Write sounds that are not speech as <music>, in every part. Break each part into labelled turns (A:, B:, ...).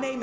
A: name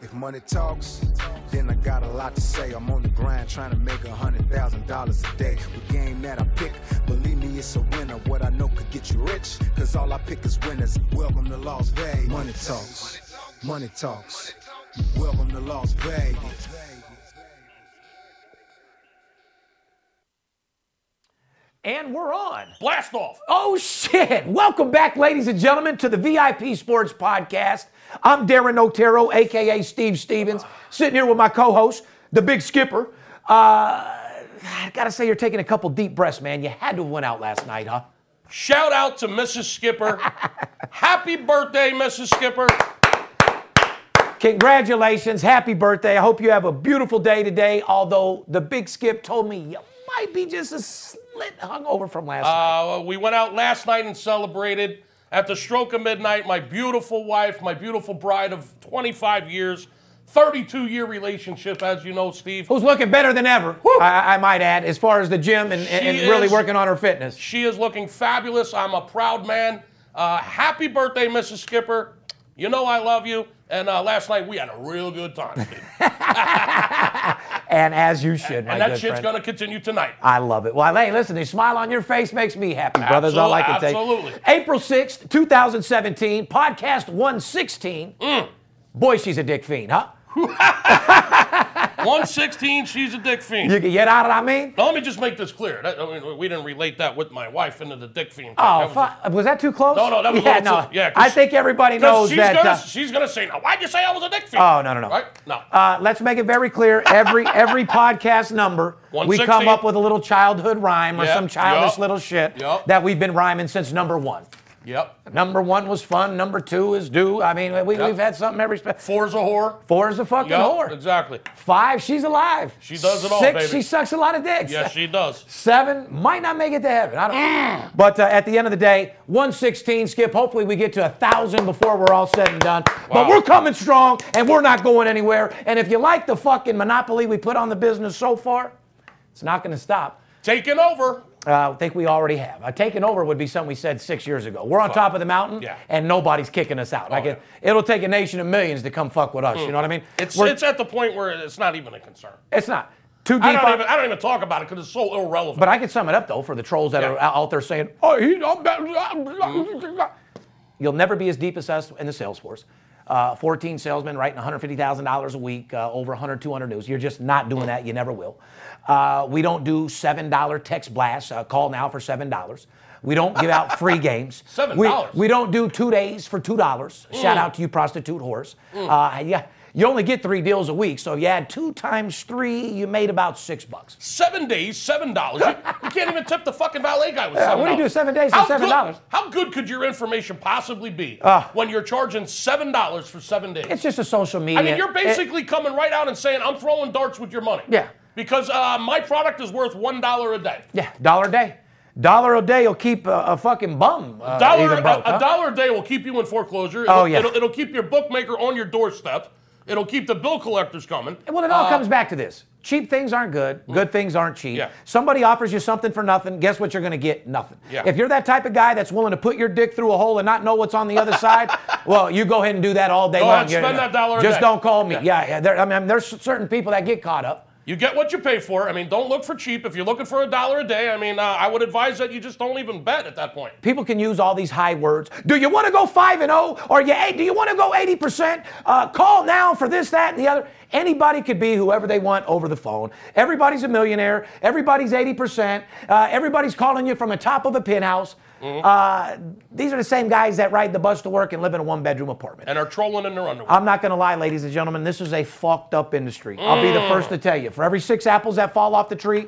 B: If money talks, then I got a lot to say. I'm on the grind trying to make a hundred thousand dollars a day. The game that I pick, believe me, it's a winner. What I know could get you rich, cause all I pick is winners. Welcome to Las Vegas. Money talks, money talks. Welcome to Las Vegas.
C: And we're on.
D: Blast off.
C: Oh, shit. Welcome back, ladies and gentlemen, to the VIP Sports Podcast. I'm Darren Otero, AKA Steve Stevens, sitting here with my co host, the big skipper. Uh, I gotta say, you're taking a couple deep breaths, man. You had to have went out last night, huh?
D: Shout out to Mrs.
C: <laughs>
D: Skipper. Happy birthday, Mrs. Skipper.
C: Congratulations. Happy birthday. I hope you have a beautiful day today. Although the big skip told me you might be just a slit hungover from last night.
D: Uh, we went out last night and celebrated. At the stroke of midnight, my beautiful wife, my beautiful bride of 25 years, 32 year relationship, as you know, Steve.
C: Who's looking better than ever, I, I might add, as far as the gym and, and, and
D: She
C: really
D: is-
C: working on her fitness.
D: She is looking fabulous. I'm a proud man. Uh, happy birthday, Mrs. Skipper. You know I love you. And uh, last night we had a real good time. Steve.
C: <laughs> And as you should, my
D: and that
C: good
D: shit's
C: friend.
D: going to continue tonight.
C: I love it. Well, hey, listen, the smile on your face makes me happy, brother. That's all I can take.
D: Absolutely.
C: April 6th, 2017, podcast 116.
D: Mm.
C: Boy, she's a dick fiend, huh?
D: 116, she's a dick fiend.
C: You get you know what I mean?
D: Now, let me just make this clear. That- I mean, we didn't relate that with my wife into the dick fiend.
C: Oh,
D: That was
C: fu- was that too close?
D: No, no, that was a
C: yeah,
D: little
C: no.
D: too- yeah, 'cause-
C: I think everybody
D: Because
C: knows
D: she's
C: that.
D: gonna
C: uh,
D: she's gonna say now. Why'd you say I was a dick fiend?
C: Oh, no, no, no.
D: Right? No.
C: Uh, let's make it very clear.
D: <laughs>
C: Every every podcast number, we
D: 116.
C: come up with a little childhood rhyme or
D: Yep,
C: some childish
D: yup,
C: little shit
D: yup.
C: that we've been rhyming since number one.
D: yep.
C: Number one was fun. Number two is do. I mean, we,
D: Yup.
C: we've had something every. Spe-
D: Four's a whore.
C: Four is a fucking
D: Yep,
C: whore.
D: Exactly.
C: Five, she's alive.
D: She does it all,
C: Six,
D: baby.
C: she sucks a lot of dicks.
D: Yes, she does.
C: Seven might not make it to heaven. I don't. But uh, at the end of the day, 116 skip. Hopefully, we get to a thousand before we're all said and done. But
D: Wow.
C: we're coming strong, and we're not going anywhere. And if you like the fucking monopoly we put on the business so far, it's not going to stop.
D: Taking over.
C: Uh, I think we already have. Uh, taking over would be something we said six years ago. We're on top of the mountain,
D: Yeah. Oh,
C: and nobody's kicking us out. like
D: yeah. Hmm.
C: it, it'll take a nation of millions to come fuck with us. You know what I mean?
D: It's
C: We're-
D: it's at the point where it's not even a concern.
C: it's not too deep.
D: I don't
C: on-
D: even I don't even talk about it because it's so irrelevant.
C: But I can sum it up though for the trolls that
D: Yeah.
C: are out there saying, "Oh, he, I'm better." You'll never be as deep as us in the sales force. Uh, 14 salesmen writing $150,000 a week, uh, over 100, 200 news. You're just not doing that. You never will. Uh, we don't do $7 text blasts. Uh, call now for $7. We don't give out free games.
D: $7.
C: We, we don't do two days for $2. Shout out to you, prostitute horse. Uh, yeah, you only get three deals a week. So you add two times three, you made about six bucks.
D: seven days, seven dollars. You, you can't even tip the fucking valet guy with seven.
C: what do you do, seven days for
D: How
C: $7?
D: good- How good could your information possibly be
C: Ah.
D: when you're charging seven dollars for seven days?
C: It's just a social media.
D: I mean, you're
C: It-
D: basically coming right out and saying, I'm throwing darts with your money.
C: Yeah.
D: Because uh, my product is worth $1 a day.
C: Yeah, dollar a day. Dollar a day will keep a, a fucking bum. Uh,
D: Dollar,
C: even broke,
D: a, a
C: huh?
D: dollar a day will keep you in foreclosure.
C: Oh,
D: It'll-
C: yeah.
D: It'll, it'll keep your bookmaker on your doorstep. It'll keep the bill collectors coming.
C: Well, it all comes back to this. Cheap things aren't good. Good things aren't cheap.
D: Uh, Mm. Yeah.
C: Somebody offers you something for nothing. Guess what you're going to get? Nothing.
D: Yeah.
C: If you're that type of guy that's willing to put your dick through a hole and not know what's on the other side,
D: <laughs>
C: well, you go ahead and do that all day
D: Go
C: long.
D: ahead,
C: You're-
D: spend that dollar a
C: Just
D: day.
C: don't call me. Yeah, yeah. there, I mean, there's certain people that get caught up.
D: You get what you pay for. I mean, don't look for cheap. If you're looking for a dollar a day, I mean, uh, I would advise that you just don't even bet at that point.
C: People can use all these high words. Do you want to go five and zero, or you hey, do you want to go eighty percent? Uh, call now for this, that, and the other. Anybody could be whoever they want over the phone. Everybody's a millionaire. Everybody's eighty percent. Uh, everybody's calling you from the top of a penthouse. Uh, these are the same guys that ride the bus to work and live in a one-bedroom apartment.
D: And are trolling in their underwear.
C: I'm not going to lie, ladies and gentlemen, this is a fucked up industry. I'll be the first to tell you. For every six apples that fall off the tree,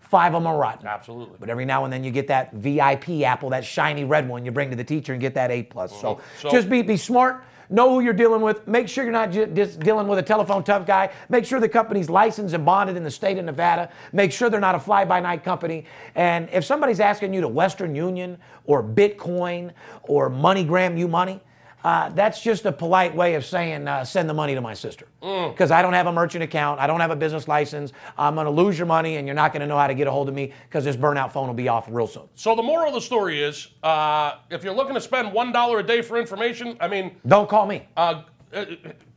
C: five of them are rotten.
D: Absolutely.
C: But every now and then you get that VIP apple, that shiny red one you bring to the teacher and get that A plus. So,
D: So-
C: just be be smart. Know who you're dealing with. Make sure you're not ju- just dealing with a telephone tough guy. Make sure the company's licensed and bonded in the state of Nevada. Make sure they're not a fly by night company. And if somebody's asking you to Western Union or Bitcoin or MoneyGram you money, uh, that's just a polite way of saying uh, send the money to my sister
D: Mm.
C: because I don't have a merchant account, I don't have a business license. I'm going to lose your money, and you're not going to know how to get a hold of me because this burnout phone will be off real soon.
D: So the moral of the story is, uh, if you're looking to spend one dollar a day for information, I mean,
C: Don't call me.
D: uh, uh,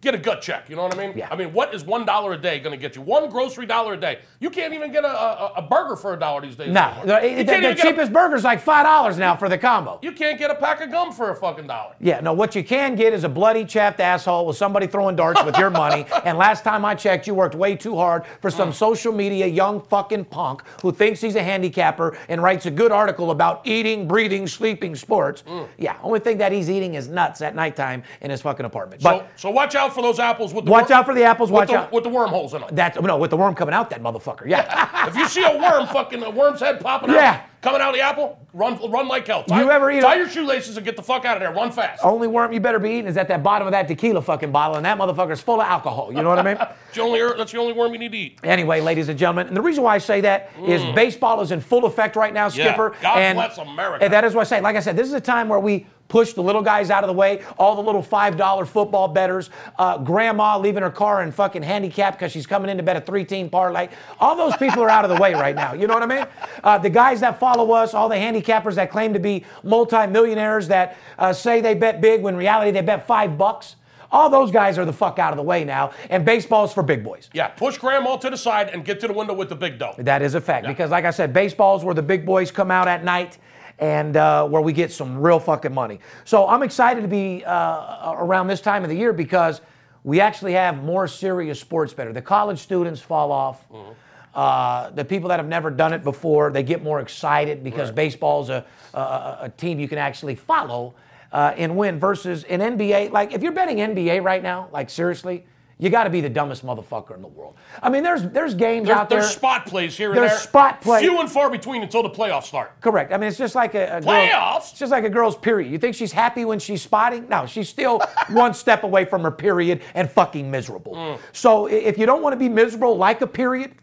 D: get a gut check. You know what I mean?
C: Yeah.
D: I mean, what is one dollar a day going to get you? One grocery dollar a day. You can't even get a, a, a burger for a dollar these days.
C: No,
D: anymore.
C: the,
D: you
C: the-
D: can't
C: the
D: even get a-
C: cheapest burger's like five dollars now for the combo.
D: you can't get a pack of gum for a fucking dollar.
C: Yeah, no. What you can get is a bloody chapped asshole with somebody throwing darts with
D: <laughs>
C: your money. And last time I checked, you worked way too hard for
D: Mm.
C: some social media young fucking punk who thinks he's a handicapper and writes a good article about eating, breathing, sleeping, sports.
D: Mm.
C: Yeah, only thing that he's eating is nuts at nighttime in his fucking apartment. But
D: So, so watch out for those apples with the
C: watch
D: wor-
C: out for the apples.
D: with
C: Watch
D: the,
C: out.
D: with the wormholes in them.
C: That's no with the worm coming out that motherfucker.
D: <laughs>
C: Yeah. <laughs>
D: If you see a worm, fucking a worm's head popping
C: Yeah.
D: out, coming out of the apple, run, run like hell. Tie,
C: You ever eat
D: tie
C: a- Oh.
D: your shoelaces and get the fuck out of there. Run fast.
C: only worm you better be eating is at that bottom of that tequila fucking bottle, and that motherfucker's full of alcohol. You know what I mean?
D: It's the only, er, that's the only worm you need to eat.
C: Anyway, ladies and gentlemen, and the reason why I say that is baseball is in full effect right now,
D: Mm. Yeah.
C: Skipper.
D: God
C: and,
D: bless America.
C: And that is what I say. Like I said, this is a time where we push the little guys out of the way, all the little $5 football betters, uh, grandma leaving her car in fucking handicap because she's coming in to bet a three team parlay. All those people are out of the way right now. You know what I mean? Uh, the guys that follow us, all the handicappers that claim to be multimillionaires that uh, say they bet big when in reality they bet five bucks. All those guys are the fuck out of the way now, and baseball's for big boys.
D: Yeah, push grandma to the side and get to the window with the big dough.
C: That is a fact because, like I said, baseball's where the big boys come out at night and uh, where we get some real fucking money. So I'm excited to be uh, around this time of the year because we actually have more serious sports better. The college students fall off.
D: Mm-hmm.
C: Uh, the people that have never done it before they get more excited because baseball's a, a- a, a team you can actually follow uh, and win versus an NBA. Like if you're betting NBA right now, like seriously. You got to be the dumbest motherfucker in the world. I mean, there's there's games
D: There-
C: out there.
D: there's spot plays here and
C: There's
D: there.
C: spot play.
D: Few and far between until the playoffs start.
C: Correct. I mean, it's just like a, a girl-
D: Playoffs?
C: It's just like a girl's period. You think she's happy when she's spotting? No,
D: <laughs>
C: she's still one step away from her period and fucking miserable.
D: Mm.
C: So i- if you don't want to be miserable like a period,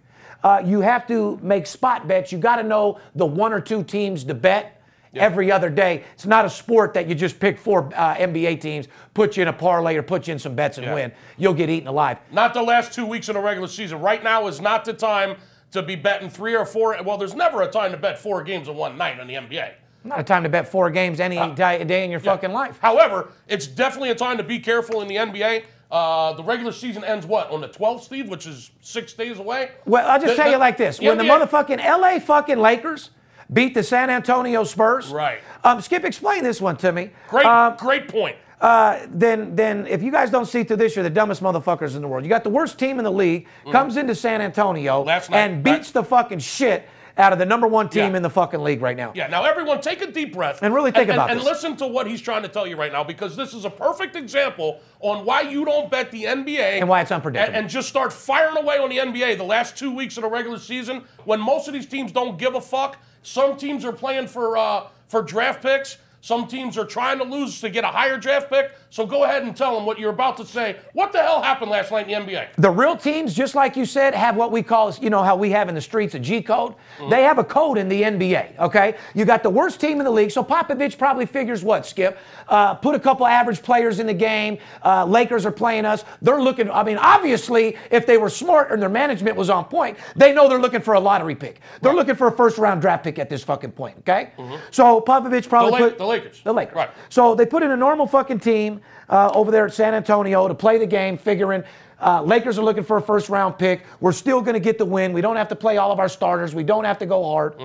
C: uh, you have to make spot bets. You got to know the one or two teams to bet. Every other day, it's not a sport that you just pick four uh, NBA teams, put you in a parlay, or put you in some bets and
D: Yeah.
C: win. You'll get eaten alive.
D: Not the last two weeks of the regular season. Right now is not the time to be betting three or four. Well, there's never a time to bet four games in one night in the NBA.
C: Not a time to bet four games any
D: Uh,
C: di- day in your fucking life.
D: However, it's definitely a time to be careful in the NBA. Uh, the regular season ends what on the 12th, Steve, which is six days away.
C: Well, I'll just
D: The-
C: tell you
D: the-
C: like this: when the
D: NBA
C: motherfucking LA fucking Lakers beat the San Antonio Spurs,
D: Right.
C: Um, Skip, explain this one to me.
D: great,
C: Um,
D: great point.
C: uh, then, then if you guys don't see through this, you're the dumbest motherfuckers in the world. You got the worst team in the league comes into San Antonio
D: Mm-hmm. Last night,
C: and beats
D: right.
C: the fucking shit out of the number one team
D: Yeah.
C: in the fucking league right now.
D: Yeah. Now, everyone, take a deep breath
C: And really think
D: and,
C: about
D: and
C: this.
D: listen to what he's trying to tell you right now, because this is a perfect example on why you don't bet the NBA
C: And why it's
D: and,
C: unpredictable.
D: and just start firing away on the NBA the last two weeks of the regular season when most of these teams don't give a fuck. Some teams are playing for uh, for draft picks. Some teams are trying to lose to get a higher draft pick. So go ahead and tell them what you're about to say. What the hell happened last night in the NBA?
C: The real teams, just like you said, have what we call, you know, how we have in the streets a G code.
D: Mm-hmm.
C: They have a code in the NBA, okay? You got the worst team in the league, so Popovich probably figures what, Skip? Uh, put a couple average players in the game. Uh, Lakers are playing us. They're looking, I mean, obviously, if they were smart and their management was on point, they know they're looking for a lottery pick. They're looking for a first round draft pick at this fucking point, okay? So Popovich
D: Mm-hmm.
C: probably
D: The La-
C: put
D: the Lakers.
C: The Lakers.
D: Right.
C: So they put in a normal fucking team uh, over there at San Antonio to play the game, figuring uh, Lakers are looking for a first round pick. We're still going to get the win. We don't have to play all of our starters. We don't have to go hard.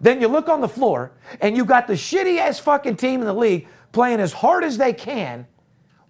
C: Then you look on the floor and you got the shitty ass fucking team in the league playing as hard as they can,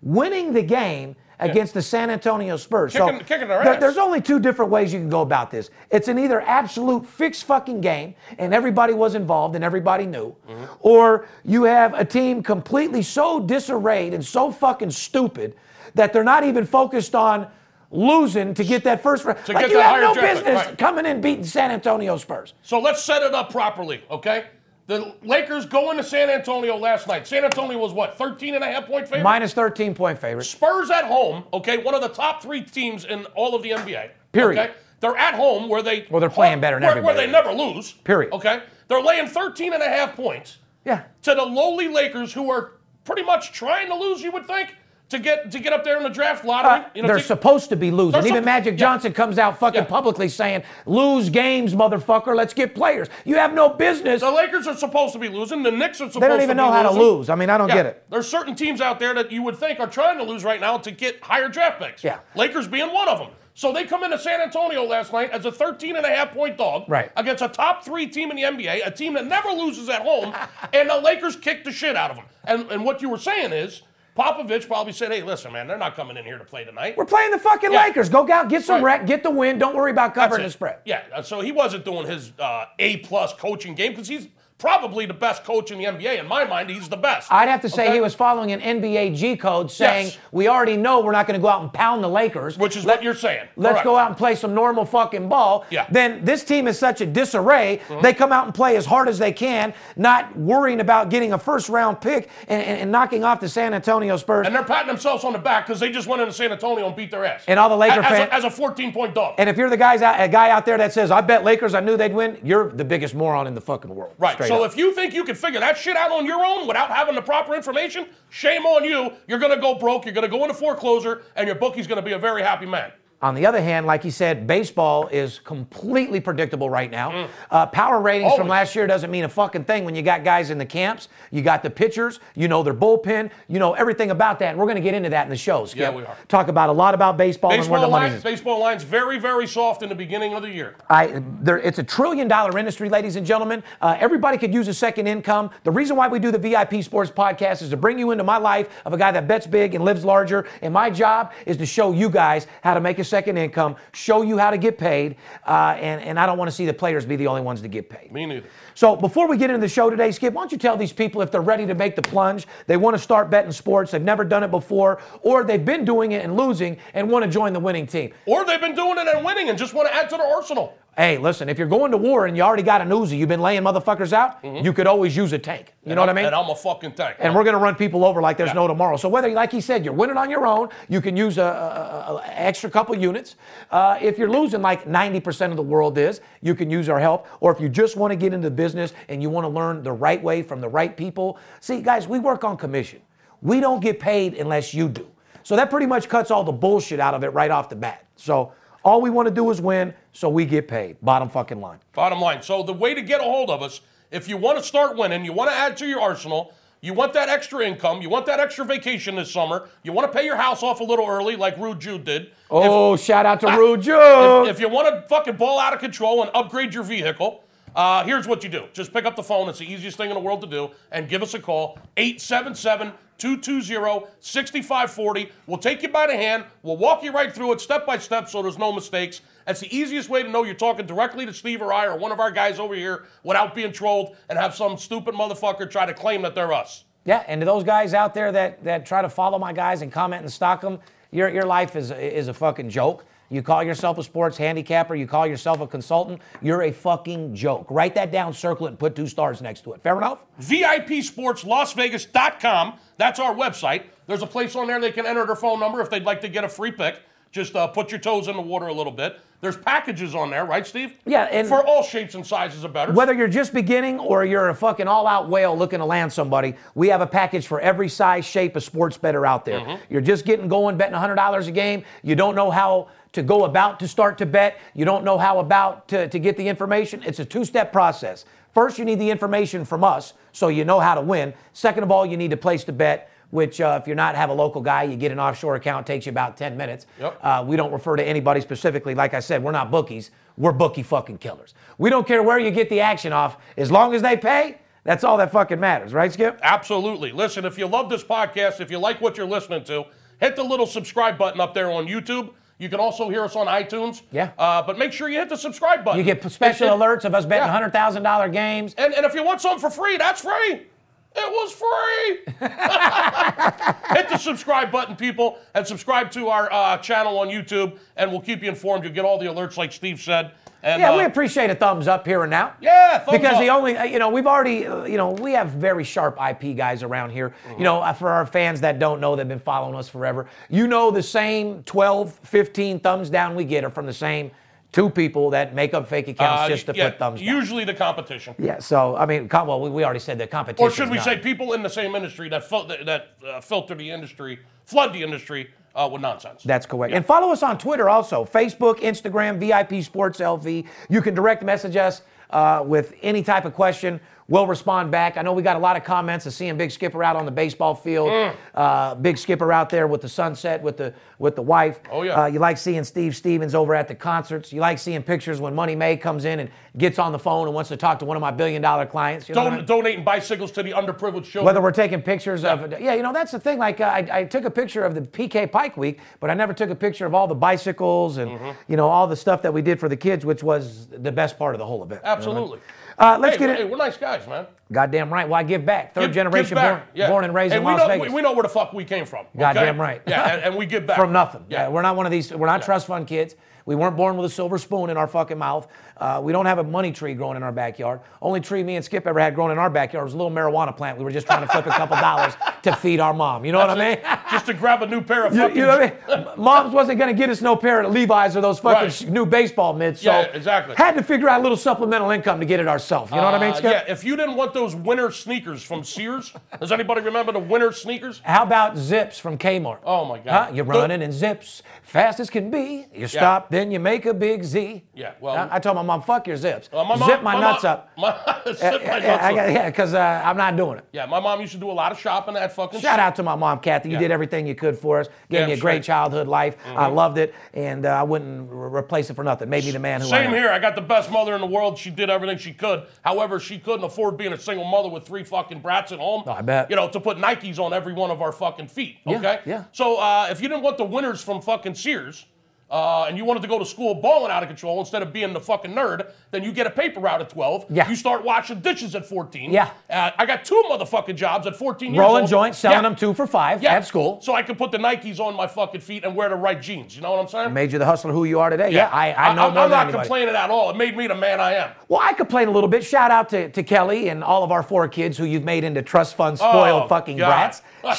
C: winning the game. Against the San Antonio Spurs.
D: Kicking-
C: so
D: kicking their
C: there-
D: ass.
C: there's only two different ways you can go about this. It's an either absolute fixed fucking game and everybody was involved and everybody knew,
D: Mm-hmm.
C: or you have a team completely so disarrayed and so fucking stupid that they're not even focused on losing to get that first round.
D: To
C: like
D: get
C: you
D: that
C: have
D: higher
C: no
D: draft pick,
C: business
D: right.
C: coming in beating San Antonio Spurs.
D: So let's set it up properly, okay? The Lakers go into San Antonio last night. San Antonio was what, 13 and a half point favorite?
C: Minus 13 point favorite.
D: Spurs at home, okay, one of the top three teams in all of the NBA.
C: Period.
D: Okay? They're at home where they
C: Well, they're playing better than
D: where, where
C: everybody.
D: they never lose.
C: Period.
D: Okay? They're laying 13 and a half points
C: Yeah.
D: to the lowly Lakers who are pretty much trying to lose, you would think, to get to get up there in the draft lottery.
C: Uh,
D: you know,
C: they're
D: take-
C: supposed to be losing.
D: They're
C: Even
D: supp-
C: Magic
D: yeah.
C: Johnson comes out fucking
D: Yeah.
C: publicly saying, "Lose games, motherfucker. Let's get players. You have no business.
D: the Lakers are supposed to be losing. The Knicks are supposed to be
C: They don't even know how to
D: losing.
C: lose. I mean, I don't
D: Yeah,
C: get it.
D: There's certain teams out there that you would think are trying to lose right now to get higher draft picks.
C: Yeah.
D: Lakers being one of them. So they come into San Antonio last night as a 13 and a half point dog
C: Right.
D: against a top three team in the NBA, a team that never loses at
C: <laughs>
D: home, and the Lakers kicked the shit out of them. And, and what you were saying is Popovich probably said, hey, listen, man, they're not coming in here to play tonight.
C: We're playing the fucking
D: Yeah.
C: Lakers. Go out, get some
D: Right.
C: rec, get the win. Don't worry about covering the
D: That's
C: spread."
D: it. Yeah, uh, so he wasn't doing his uh, A plus coaching game because he's probably the best coach in the NBA. In my mind, he's the best.
C: I'd have to say
D: Okay?
C: he was following an NBA G code saying
D: Yes.
C: we already know we're not going to go out and pound the Lakers.
D: Which is what you're saying.
C: Let's
D: Correct.
C: go out and play some normal fucking ball.
D: Yeah. Mm-hmm.
C: Then this team is such a disarray. They come out and play as hard as they can, not worrying about getting a first round pick and, and, and knocking off the San Antonio Spurs.
D: And they're patting themselves on the back because they just went into San Antonio and beat their ass.
C: And all the Laker
D: as, as
C: fan-
D: a, as a 14 point dog.
C: And if you're the guys out, a guy out there that says, "I bet Lakers, I knew they'd win," you're the biggest moron in the fucking world.
D: right.
C: Straight
D: So
C: up.
D: if you think you can figure that shit out on your own without having the proper information, shame on you. You're going to go broke. You're going to go into foreclosure, and your bookie's going to be a very happy man.
C: On the other hand, like he said, baseball is completely predictable right now. Uh, power ratings
D: Mm.
C: from
D: Always.
C: last year doesn't mean a fucking thing when you got guys in the camps, you got the pitchers, you know their bullpen, you know everything about that. And we're going to get into that in the show. Skip.
D: Yeah, we are.
C: Talk about a lot about baseball, and where
D: Baseball
C: the money
D: lines,
C: is.
D: baseball lines very, very soft in the beginning of the year.
C: I, there, it's a trillion dollar industry, ladies and gentlemen. Uh, everybody could use a second income. The reason why we do the VIP Sports Podcast is to bring you into my life of a guy that bets big and lives larger. And my job is to show you guys how to make a second income, show you how to get paid. Uh, and, and I don't want to see the players be the only ones to get paid.
D: Me neither.
C: So before we get into the show today, Skip, why don't you tell these people if they're ready to make the plunge, they want to start betting sports, they've never done it before, or they've been doing it and losing and want to join the winning team.
D: Or they've been doing it and winning and just want to add to their arsenal.
C: Hey, listen, if you're going to war and you already got an Uzi, you've been laying motherfuckers out, you could always use a tank. You know what I mean?
D: And I'm a fucking tank.
C: And we're going to run people over like there's
D: Yeah.
C: no tomorrow. So whether, like he said, you're winning on your own, you can use a, a- a- a extra couple units. Uh, if you're losing like 90% of the world is, you can use our help. Or if you just want to get into business and you want to learn the right way from the right people, see, guys, we work on commission. We don't get paid unless you do. So that pretty much cuts all the bullshit out of it right off the bat. So all we want to do is win, so we get paid. Bottom fucking line.
D: Bottom line. So the way to get a hold of us, if you want to start winning, you want to add to your arsenal, you want that extra income, you want that extra vacation this summer, you want to pay your house off a little early like Rude Jude did.
C: Oh, shout out to Rude
D: If,
C: Joe.
D: if you want to fucking ball out of control and upgrade your vehicle, uh, here's what you do. Just pick up the phone. It's the easiest thing in the world to do. And give us a call, 877-220-6540. We'll take you by the hand. We'll walk you right through it step by step so there's no mistakes. That's the easiest way to know you're talking directly to Steve or I or one of our guys over here without being trolled and have some stupid motherfucker try to claim that they're us.
C: Yeah, and to those guys out there that that try to follow my guys and comment and stalk them, your your life is is a fucking joke. You call yourself a sports handicapper, you call yourself a consultant, you're a fucking joke. Write that down, circle it, and put two stars next to it. Fair enough?
D: VIPSportsLasVegas.com. That's our website. There's a place on there they can enter their phone number if they'd like to get a free pick. Just uh, put your toes in the water a little bit. There's packages on there, right, Steve?
C: Yeah, and-
D: for all shapes and sizes of better.
C: Whether you're just beginning or you're a fucking all-out whale looking to land somebody, we have a package for every size, shape of sports better out there. You're just getting going, betting $100 a game. You don't know how to go about to start to bet. You don't know how about to, to get the information. It's a two-step process. First, you need the information from us so you know how to win. Second of all, you need a place to bet. Which, uh, if you're not have a local guy, you get an offshore account. Takes you about 10 minutes.
D: Yep.
C: Uh, we don't refer to anybody specifically. Like I said, we're not bookies. We're bookie fucking killers. We don't care where you get the action off. As long as they pay, that's all that fucking matters, right, Skip?
D: Absolutely. Listen, if you love this podcast, if you like what you're listening to, hit the little subscribe button up there on YouTube. You can also hear us on iTunes.
C: Yeah.
D: Uh, but make sure you hit the subscribe button.
C: You get p- special
D: It- it-
C: alerts of us betting
D: yeah.
C: $100,000 games.
D: And, and if you want something for free, that's free. It was free. <laughs> Hit the subscribe button, people, and subscribe to our uh, channel on YouTube, and we'll keep you informed. You'll get all the alerts, like Steve said. And,
C: yeah,
D: uh,
C: we appreciate a thumbs up here and now.
D: Yeah, thumbs
C: because the
D: up.
C: only you know we've already uh, you know we have very sharp IP guys around here. You know, uh, for our fans that don't know, they've been following us forever. You know, the same 12, 15 thumbs down we get are from the same two people that make up fake accounts
D: uh,
C: just to
D: yeah,
C: put thumbs down.
D: Usually the competition.
C: Yeah. So I mean, com- well, we, we already said the competition.
D: Or should we say people in the same industry that fil- that, that uh, filter the industry, flood the industry uh, with nonsense?
C: That's correct. And follow us on Twitter also Facebook, Instagram, VIP Sports LV. You can direct message us uh, with any type of question. We'll respond back. I know we got a lot of comments of seeing Big Skipper out on the baseball field.
D: Mm.
C: Uh, Big Skipper out there with the sunset, with the with the wife.
D: Oh, yeah.
C: Uh, you like seeing Steve Stevens over at the concerts. You like seeing pictures when Money May comes in and gets on the phone and wants to talk to one of my billion dollar clients. You know what I
D: Don-
C: mean?
D: donating bicycles to the underprivileged children.
C: Whether we're taking pictures of, yeah, you know, that's the thing. Like, uh, I, I took a picture of the PK Pike Week, but I never took a picture of all the bicycles and,
D: Mm-hmm.
C: you know, all the stuff that we did for the kids, which was the best part of the whole event.
D: Absolutely.
C: Uh, let's
D: hey,
C: get
D: hey,
C: it.
D: we're nice guys, man.
C: Goddamn right. Well, I give back. Third
D: Give-
C: generation
D: give back.
C: born,
D: Yeah.
C: born and raised
D: Hey,
C: in
D: we
C: Las
D: know,
C: Vegas.
D: We, we know where the fuck we came from. okay?
C: Goddamn right.
D: Yeah, and, and we give back
C: From nothing. Yeah.
D: Yeah,
C: we're not one of these. We're not trust fund kids. We weren't born with a silver spoon in our fucking mouth. Uh, we don't have a money tree growing in our backyard. Only tree me and Skip ever had growing in our backyard was a little marijuana plant. We were just trying to flip
D: <laughs>
C: a couple dollars to feed our mom. You know what I mean? <laughs>
D: just to grab a new pair of
C: You,
D: fucking.
C: you know what I mean? Moms wasn't going to get us no pair of Levi's or those fucking
D: Right.
C: sh- new baseball mitts. So
D: Yeah, exactly.
C: Had to figure out a little supplemental income to get it ourselves. You know what I mean,
D: Uh,
C: Skip?
D: yeah, if you didn't want those winter sneakers from Sears, does anybody remember the winter sneakers?
C: How about zips from Kmart?
D: Oh, my God.
C: Huh? You're
D: The-
C: running in zips, fast as can be. You stop, then you make a big Z.
D: Yeah, well-
C: Huh? I told my mom, "Fuck your zips.
D: Uh, mom-
C: Zip my, nuts
D: mom-
C: up."
D: <laughs> My, zip
C: Yeah,
D: my nuts
C: yeah, I
D: up.
C: got- yeah, because uh, I'm not doing it.
D: Yeah, my mom used to do a lot of shopping at fucking.
C: Shout out to my mom, Kathy. You
D: Yeah.
C: did everything you could for us. Gave
D: Damn
C: me a
D: straight.
C: great
D: Mm-hmm.
C: childhood life. I loved it, and uh, I wouldn't re- replace it for nothing. Made me the man who I am.
D: Same here. I got the best mother in the world. She did everything she could. However, she couldn't afford being a single mother with three fucking brats at home.
C: I bet.
D: You know, to put Nikes on every one of our fucking feet.
C: Yeah,
D: Okay.
C: yeah.
D: So uh, if you didn't want the winners from fucking Sears. Uh, and you wanted to go to school balling out of control instead of being the fucking nerd, then you get a paper route at 12.
C: Yeah.
D: You start washing dishes at 14.
C: Yeah.
D: Uh, I got two motherfucking jobs at 14 years
C: Rolling
D: old.
C: joints, selling
D: Yeah.
C: them two for five
D: Yeah.
C: at school.
D: So I could put the Nikes on my fucking feet and wear the right jeans. You know what I'm saying?
C: Made you the hustler who you are today. Yeah, I, I know
D: I'm,
C: more
D: I'm
C: than
D: not
C: anybody.
D: complaining at all. It made me the man I am.
C: Well, I complain a little bit. Shout out to, to Kelly and all of our four kids who you've made into trust fund spoiled
D: Oh,
C: fucking
D: God.
C: brats.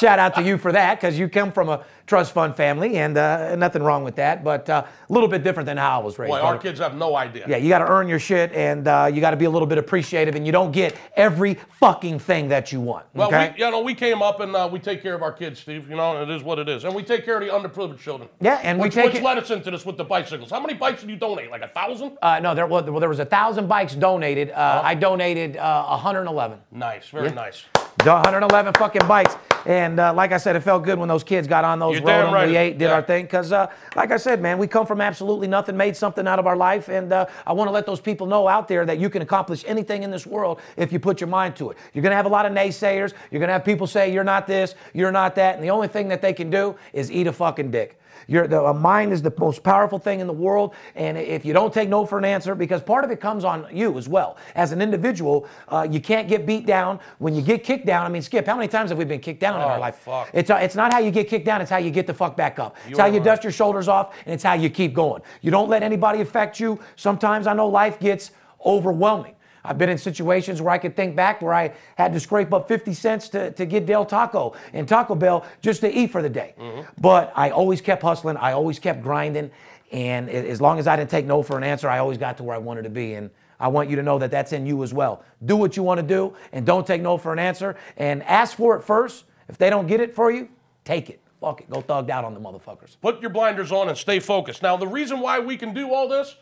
D: <laughs>
C: Shout out to you for that because you come from a trust fund family and uh, nothing wrong with that, but uh, a little bit different than how I was raised.
D: Boy, our
C: brother.
D: kids have no idea.
C: Yeah, you got to earn your shit and uh, you got to be a little bit appreciative and you don't get every fucking thing that you want.
D: Well,
C: okay?
D: we, you know, we came up and uh, we take care of our kids, Steve. You know, and it is what it is, and we take care of the underprivileged children.
C: Yeah, and we
D: which,
C: take
D: which
C: it-
D: led us into this with the bicycles. How many bikes did you donate? Like a thousand?
C: uh, no, there, well, there was a thousand bikes donated. Uh,
D: Oh.
C: I donated uh, 111.
D: nice, very nice.
C: The 111 fucking bikes. And uh, like I said, it felt good when those kids got on those,
D: You're
C: rode
D: damn
C: them,
D: right.
C: we ate, did
D: Yeah.
C: our thing. Because, uh, like I said, man, we come from absolutely nothing, made something out of our life. And uh, I want to let those people know out there that you can accomplish anything in this world if you put your mind to it. You're going to have a lot of naysayers. You're going to have people say, you're not this, you're not that. And the only thing that they can do is eat a fucking dick. Your the, a mind is the most powerful thing in the world, and if you don't take no for an answer, because part of it comes on you as well. As an individual, uh, you can't get beat down. When you get kicked down, I mean, Skip, how many times have we been kicked down in our
D: Oh,
C: life?
D: fuck.
C: It's, uh, it's not how you get kicked down, it's how you get the fuck back up. it's how
D: are
C: you
D: right.
C: dust your shoulders off, and it's how you keep going. You don't let anybody affect you. Sometimes I know life gets overwhelming. I've been in situations where I could think back where I had to scrape up 50 cents to, to get Del Taco and Taco Bell just to eat for the day. But I always kept hustling, I always kept grinding, and a- as long as I didn't take no for an answer, I always got to where I wanted to be. And I want you to know that that's in you as well. Do what you want to do and don't take no for an answer and ask for it first. If they don't get it for you, take it. Fuck it. Go thugged out on the motherfuckers.
D: Put your blinders on and stay focused. Now, the reason why we can do all this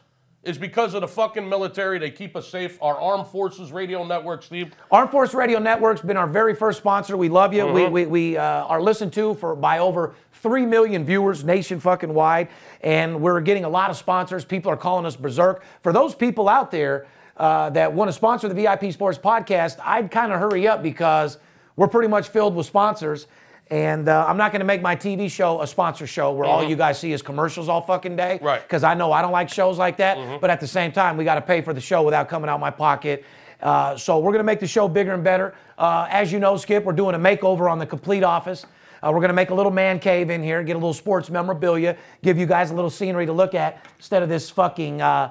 D: is because of the fucking military. They keep us safe. Our armed forces radio network, Steve.
C: Armed Force Radio Network's been our very first sponsor. We love you. We, we, we uh, are listened to for by over three million viewers nation fucking wide, and we're getting a lot of sponsors. People are calling us berserk. For those people out there uh, that want to sponsor the VIP Sports Podcast, I'd kind of hurry up because we're pretty much filled with sponsors. And uh, I'm not going to make my TV show a sponsor show where all you guys see is commercials all fucking day.
D: Right.
C: Because I know I don't like shows like that.
D: Mm-hmm.
C: But at the same time, we got to pay for the show without coming out of my pocket. Uh, so we're going to make the show bigger and better. Uh, as you know, Skip, we're doing a makeover on the complete office. Uh, we're going to make a little man cave in here, get a little sports memorabilia, give you guys a little scenery to look at instead of this fucking. Uh,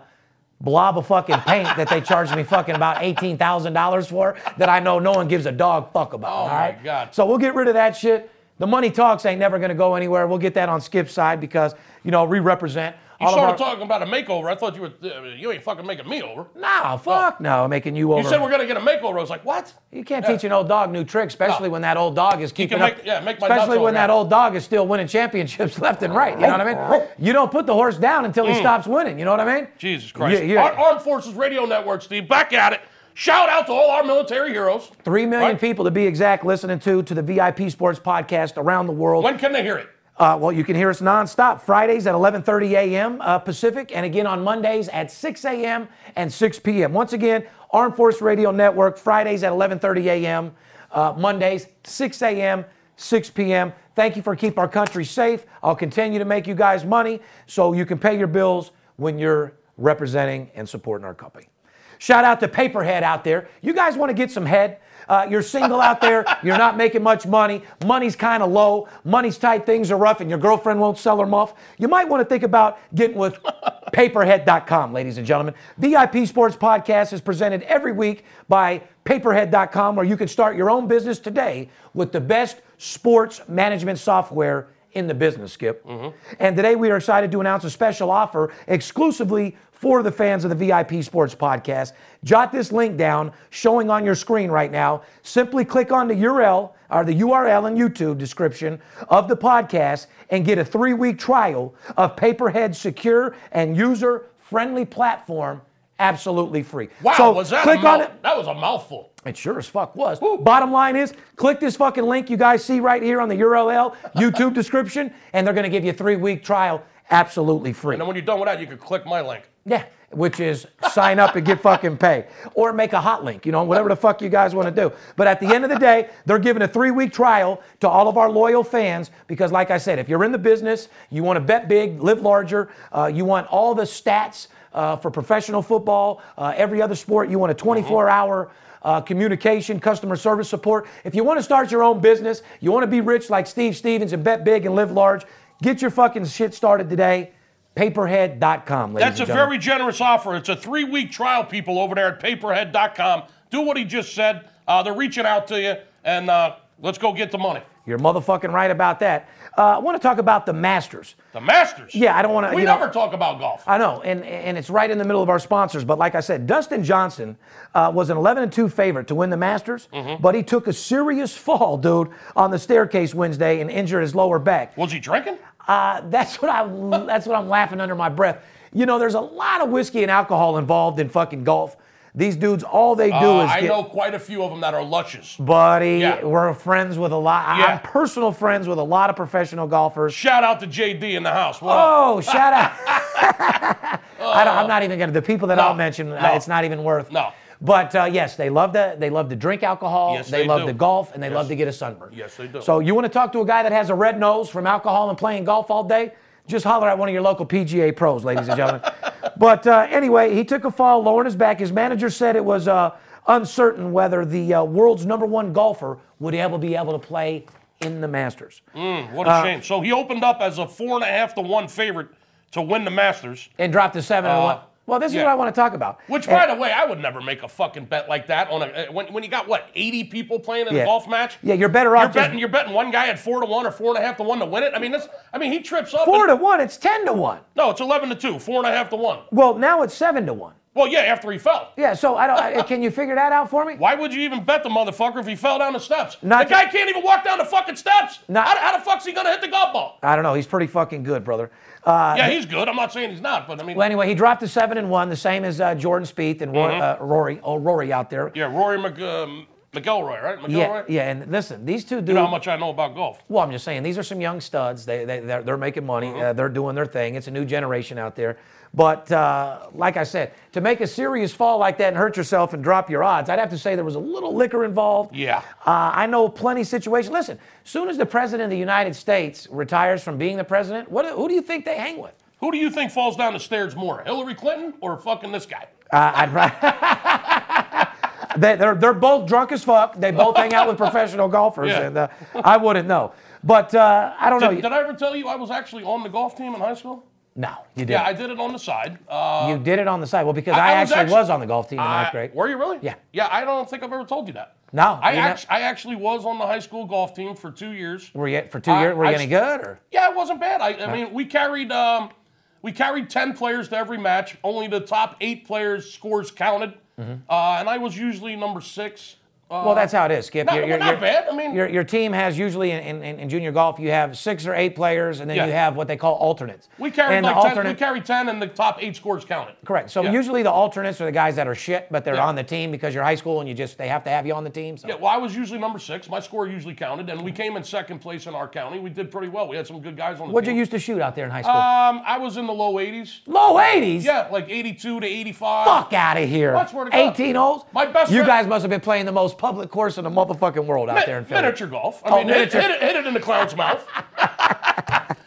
C: blob of fucking paint that they charged me fucking about $18,000 for that I know no one gives a dog fuck about. all
D: Oh my
C: right?
D: God.
C: So we'll get rid of that shit. The money talks ain't never going to go anywhere. We'll get that on Skip's side because, you know, we represent
D: You
C: all of
D: started
C: our.
D: talking about a makeover. I thought you were, uh, you ain't fucking making me over.
C: nah, fuck no, making you over.
D: You said we're going to get a makeover. I was like, what?
C: You can't teach an old dog new tricks, especially
D: No.
C: when that old dog is keeping
D: make-
C: up.
D: yeah, make my nuts
C: especially
D: all
C: when that
D: round.
C: old dog is still winning championships <laughs> left and right. You know what I mean? You don't put the horse down until he stops winning. You know what I mean?
D: Mm. Jesus Christ.
C: Yeah, yeah.
D: Our Armed Forces Radio Network, Steve, back at it. Shout out to all our military heroes.
C: Three million
D: Right.
C: people to be exact listening to to the VIP Sports Podcast around the world.
D: When can they hear it?
C: Uh, well, you can hear us nonstop Fridays at 11:30 a.m. Uh, Pacific, and again on Mondays at 6 a.m. and 6 p.m. Once again, Armed Force Radio Network Fridays at 11:30 a.m. Uh, Mondays 6 a.m. 6 p.m. Thank you for keep our country safe. I'll continue to make you guys money so you can pay your bills when you're representing and supporting our company. Shout out to Paperhead out there. You guys want to get some head? Uh, you're single out there. You're not making much money. Money's kind of low. Money's tight. Things are rough, and your girlfriend won't sell her muff. You might want to think about getting with paperhead.com, ladies and gentlemen. VIP Sports Podcast is presented every week by paperhead.com, where you can start your own business today with the best sports management software in the business, Skip.
D: Mm-hmm.
C: And today we are excited to announce a special offer exclusively for the fans of the VIP Sports Podcast. Jot this link down, showing on your screen right now. Simply click on the URL or the URL and YouTube description of the podcast and get a three-week trial of Paperhead's secure and user-friendly platform absolutely free.
D: Wow,
C: so
D: was that
C: click
D: a mouth-
C: on it.
D: That was a mouthful.
C: It sure as fuck was. Bottom line is, click this fucking link you guys see right here on the URL, <laughs> YouTube description, and they're gonna give you a three week trial absolutely free.
D: And when you're done with that, you can click my link.
C: Yeah, which is sign up and get fucking paid. Or make a hot link, you know, whatever the fuck you guys want to do. But at the end of the day, they're giving a three week trial to all of our loyal fans because, like I said, if you're in the business, you want to bet big, live larger, uh, you want all the stats uh, for professional football, uh, every other sport, you want a
D: Mm-hmm.
C: 24 hour uh, communication, customer service support. If you want to start your own business, you want to be rich like Steve Stevens and bet big and live large, get your fucking shit started today. Paperhead.com. ladies
D: That's
C: and
D: a
C: gentlemen.
D: very generous offer. It's a three week trial, people, over there at paperhead.com. Do what he just said. Uh, they're reaching out to you, and uh, let's go get the money.
C: You're motherfucking right about that. Uh, I want to talk about the Masters.
D: The Masters.
C: Yeah, I don't want to.
D: We
C: you know,
D: never talk about golf.
C: I know, and and it's right in the middle of our sponsors. But like I said, Dustin Johnson uh, was an 11 and 2 favorite to win the Masters,
D: Mm-hmm.
C: but he took a serious <laughs> fall, dude, on the staircase Wednesday and injured his lower back.
D: was he drinking?
C: Uh, that's what I. That's what I'm laughing under my breath. You know, there's a lot of whiskey and alcohol involved in fucking golf. These dudes, all they do
D: Uh,
C: is
D: I
C: get
D: know quite a few of them that are luscious.
C: buddy.
D: Yeah.
C: We're friends with a lot.
D: Yeah.
C: I'm personal friends with a lot of professional golfers.
D: Shout out to JD in the house. What up? <laughs>
C: Oh, shout out. I don't, I'm not even going to, the people that I'll mention, uh,
D: no.
C: it's not even worth.
D: No.
C: But uh, yes, they love to, they love to drink alcohol,
D: Yes,
C: they,
D: they
C: love
D: do.
C: to golf, and they love to get a sunburn.
D: Yes, they do.
C: So you want to talk to a guy that has a red nose from alcohol and playing golf all day? Just holler at one of your local PGA pros, ladies and
D: <laughs>
C: gentlemen. but uh, anyway, he took a fall, lowering his back. His manager said it was uh, uncertain whether the uh, world's number one golfer would ever be able to play in the Masters.
D: What a
C: Uh,
D: shame. So he opened up as a four and a half to one favorite to win the Masters.
C: and dropped to seven and
D: Uh,
C: one. Well, this is
D: yeah.
C: what I want to talk about.
D: Which,
C: And-
D: by the way, I would never make a fucking bet like that on a uh, when, when you got what eighty people playing in
C: Yeah.
D: a golf match.
C: Yeah, you're better
D: You're
C: off
D: betting,
C: just
D: you're betting one guy at four to one or four and a half to one to win it. I mean, this. I mean, he trips up.
C: four
D: and-
C: to one. It's ten to one.
D: no, it's eleven to two, four and a half to one.
C: Well, now it's seven to one.
D: Well, yeah, after he fell.
C: Yeah. So I don't. I, can you figure that out for me?
D: Why would you even bet the motherfucker if he fell down the steps?
C: Not
D: the guy can't even walk down the fucking steps.
C: Not-
D: how, how the fuck's he gonna hit the golf ball?
C: I don't know. He's pretty fucking good, brother. Uh,
D: yeah, he's good. I'm not saying he's not, but I mean,
C: well, anyway, he dropped to seven and one, the same as uh, Jordan Spieth and Roy,
D: Mm-hmm.
C: uh, Rory. Oh, Rory out there.
D: yeah, Rory Mc, um, McElroy, right? McElroy.
C: Yeah, yeah, and listen, these two dudes.
D: You know how much I know about golf.
C: Well, I'm just saying these are some young studs. They they they're, they're making money.
D: Mm-hmm.
C: Uh, they're doing their thing. It's a new generation out there. But uh, like I said, to make a serious fall like that and hurt yourself and drop your odds, I'd have to say there was a little liquor involved.
D: Yeah.
C: Uh, I know plenty situations. Listen, soon as the president of the United States retires from being the president, what do- who do you think they hang with?
D: Who do you think falls down the stairs more, Hillary Clinton or fucking this guy?
C: Uh, I'd ra- <laughs> they, they're, they're both drunk as fuck. They both hang out with professional golfers,
D: Yeah.
C: and uh, I wouldn't know. But uh, I don't know.
D: Did I ever tell you I was actually on the golf team in high school?
C: No, you didn't.
D: Yeah, I did it on the side. Uh,
C: you did it on the side. Well, because
D: I-
C: I,
D: I was
C: actually,
D: actu-
C: was on the golf team in ninth
D: I-
C: grade.
D: Were you really?
C: Yeah.
D: Yeah, I don't think I've ever told you that.
C: No,
D: I,
C: you know-
D: act- I actually was on the high school golf team for two years.
C: Were you for two
D: I-
C: years? Were you
D: I
C: any
D: s-
C: good? Or
D: Yeah, it wasn't bad. I, I mean, we carried um, we carried ten players to every match. Only the top eight players scores counted,
C: Mm-hmm.
D: uh, and I was usually number six. Uh,
C: well, that's how it is, Skip.
D: no,
C: You're-
D: we're
C: you're-
D: not
C: you're-
D: bad. I mean,
C: Your, your team has usually in, in, in junior golf, you have six or eight players, and then
D: Yeah.
C: you have what they call alternates.
D: we carried
C: and the
D: like ten. We
C: alternate-
D: carried ten, and the top eight scores counted.
C: Correct. So
D: Yeah.
C: usually the alternates are the guys that are shit, but they're
D: Yeah.
C: on the team because you're high school and you just they have to have you on the team. So
D: Yeah, well, I was usually number six. My score usually counted, and we came in second place in our county. We did pretty well. We had some good guys on the
C: what'd
D: team.
C: you used to shoot out there in high school?
D: Um, I was in the low 80s.
C: Low 80s.
D: Yeah, like 82 to 85.
C: Fuck out of here.
D: I swear to God.
C: 18 holes.
D: My best
C: You
D: friend-
C: guys must have been playing the most public course in the motherfucking world out
D: Mi-
C: there in Philly.
D: miniature golf. I
C: Oh,
D: mean, hit,
C: miniature.
D: hit it, hit it in the clown's mouth. <laughs>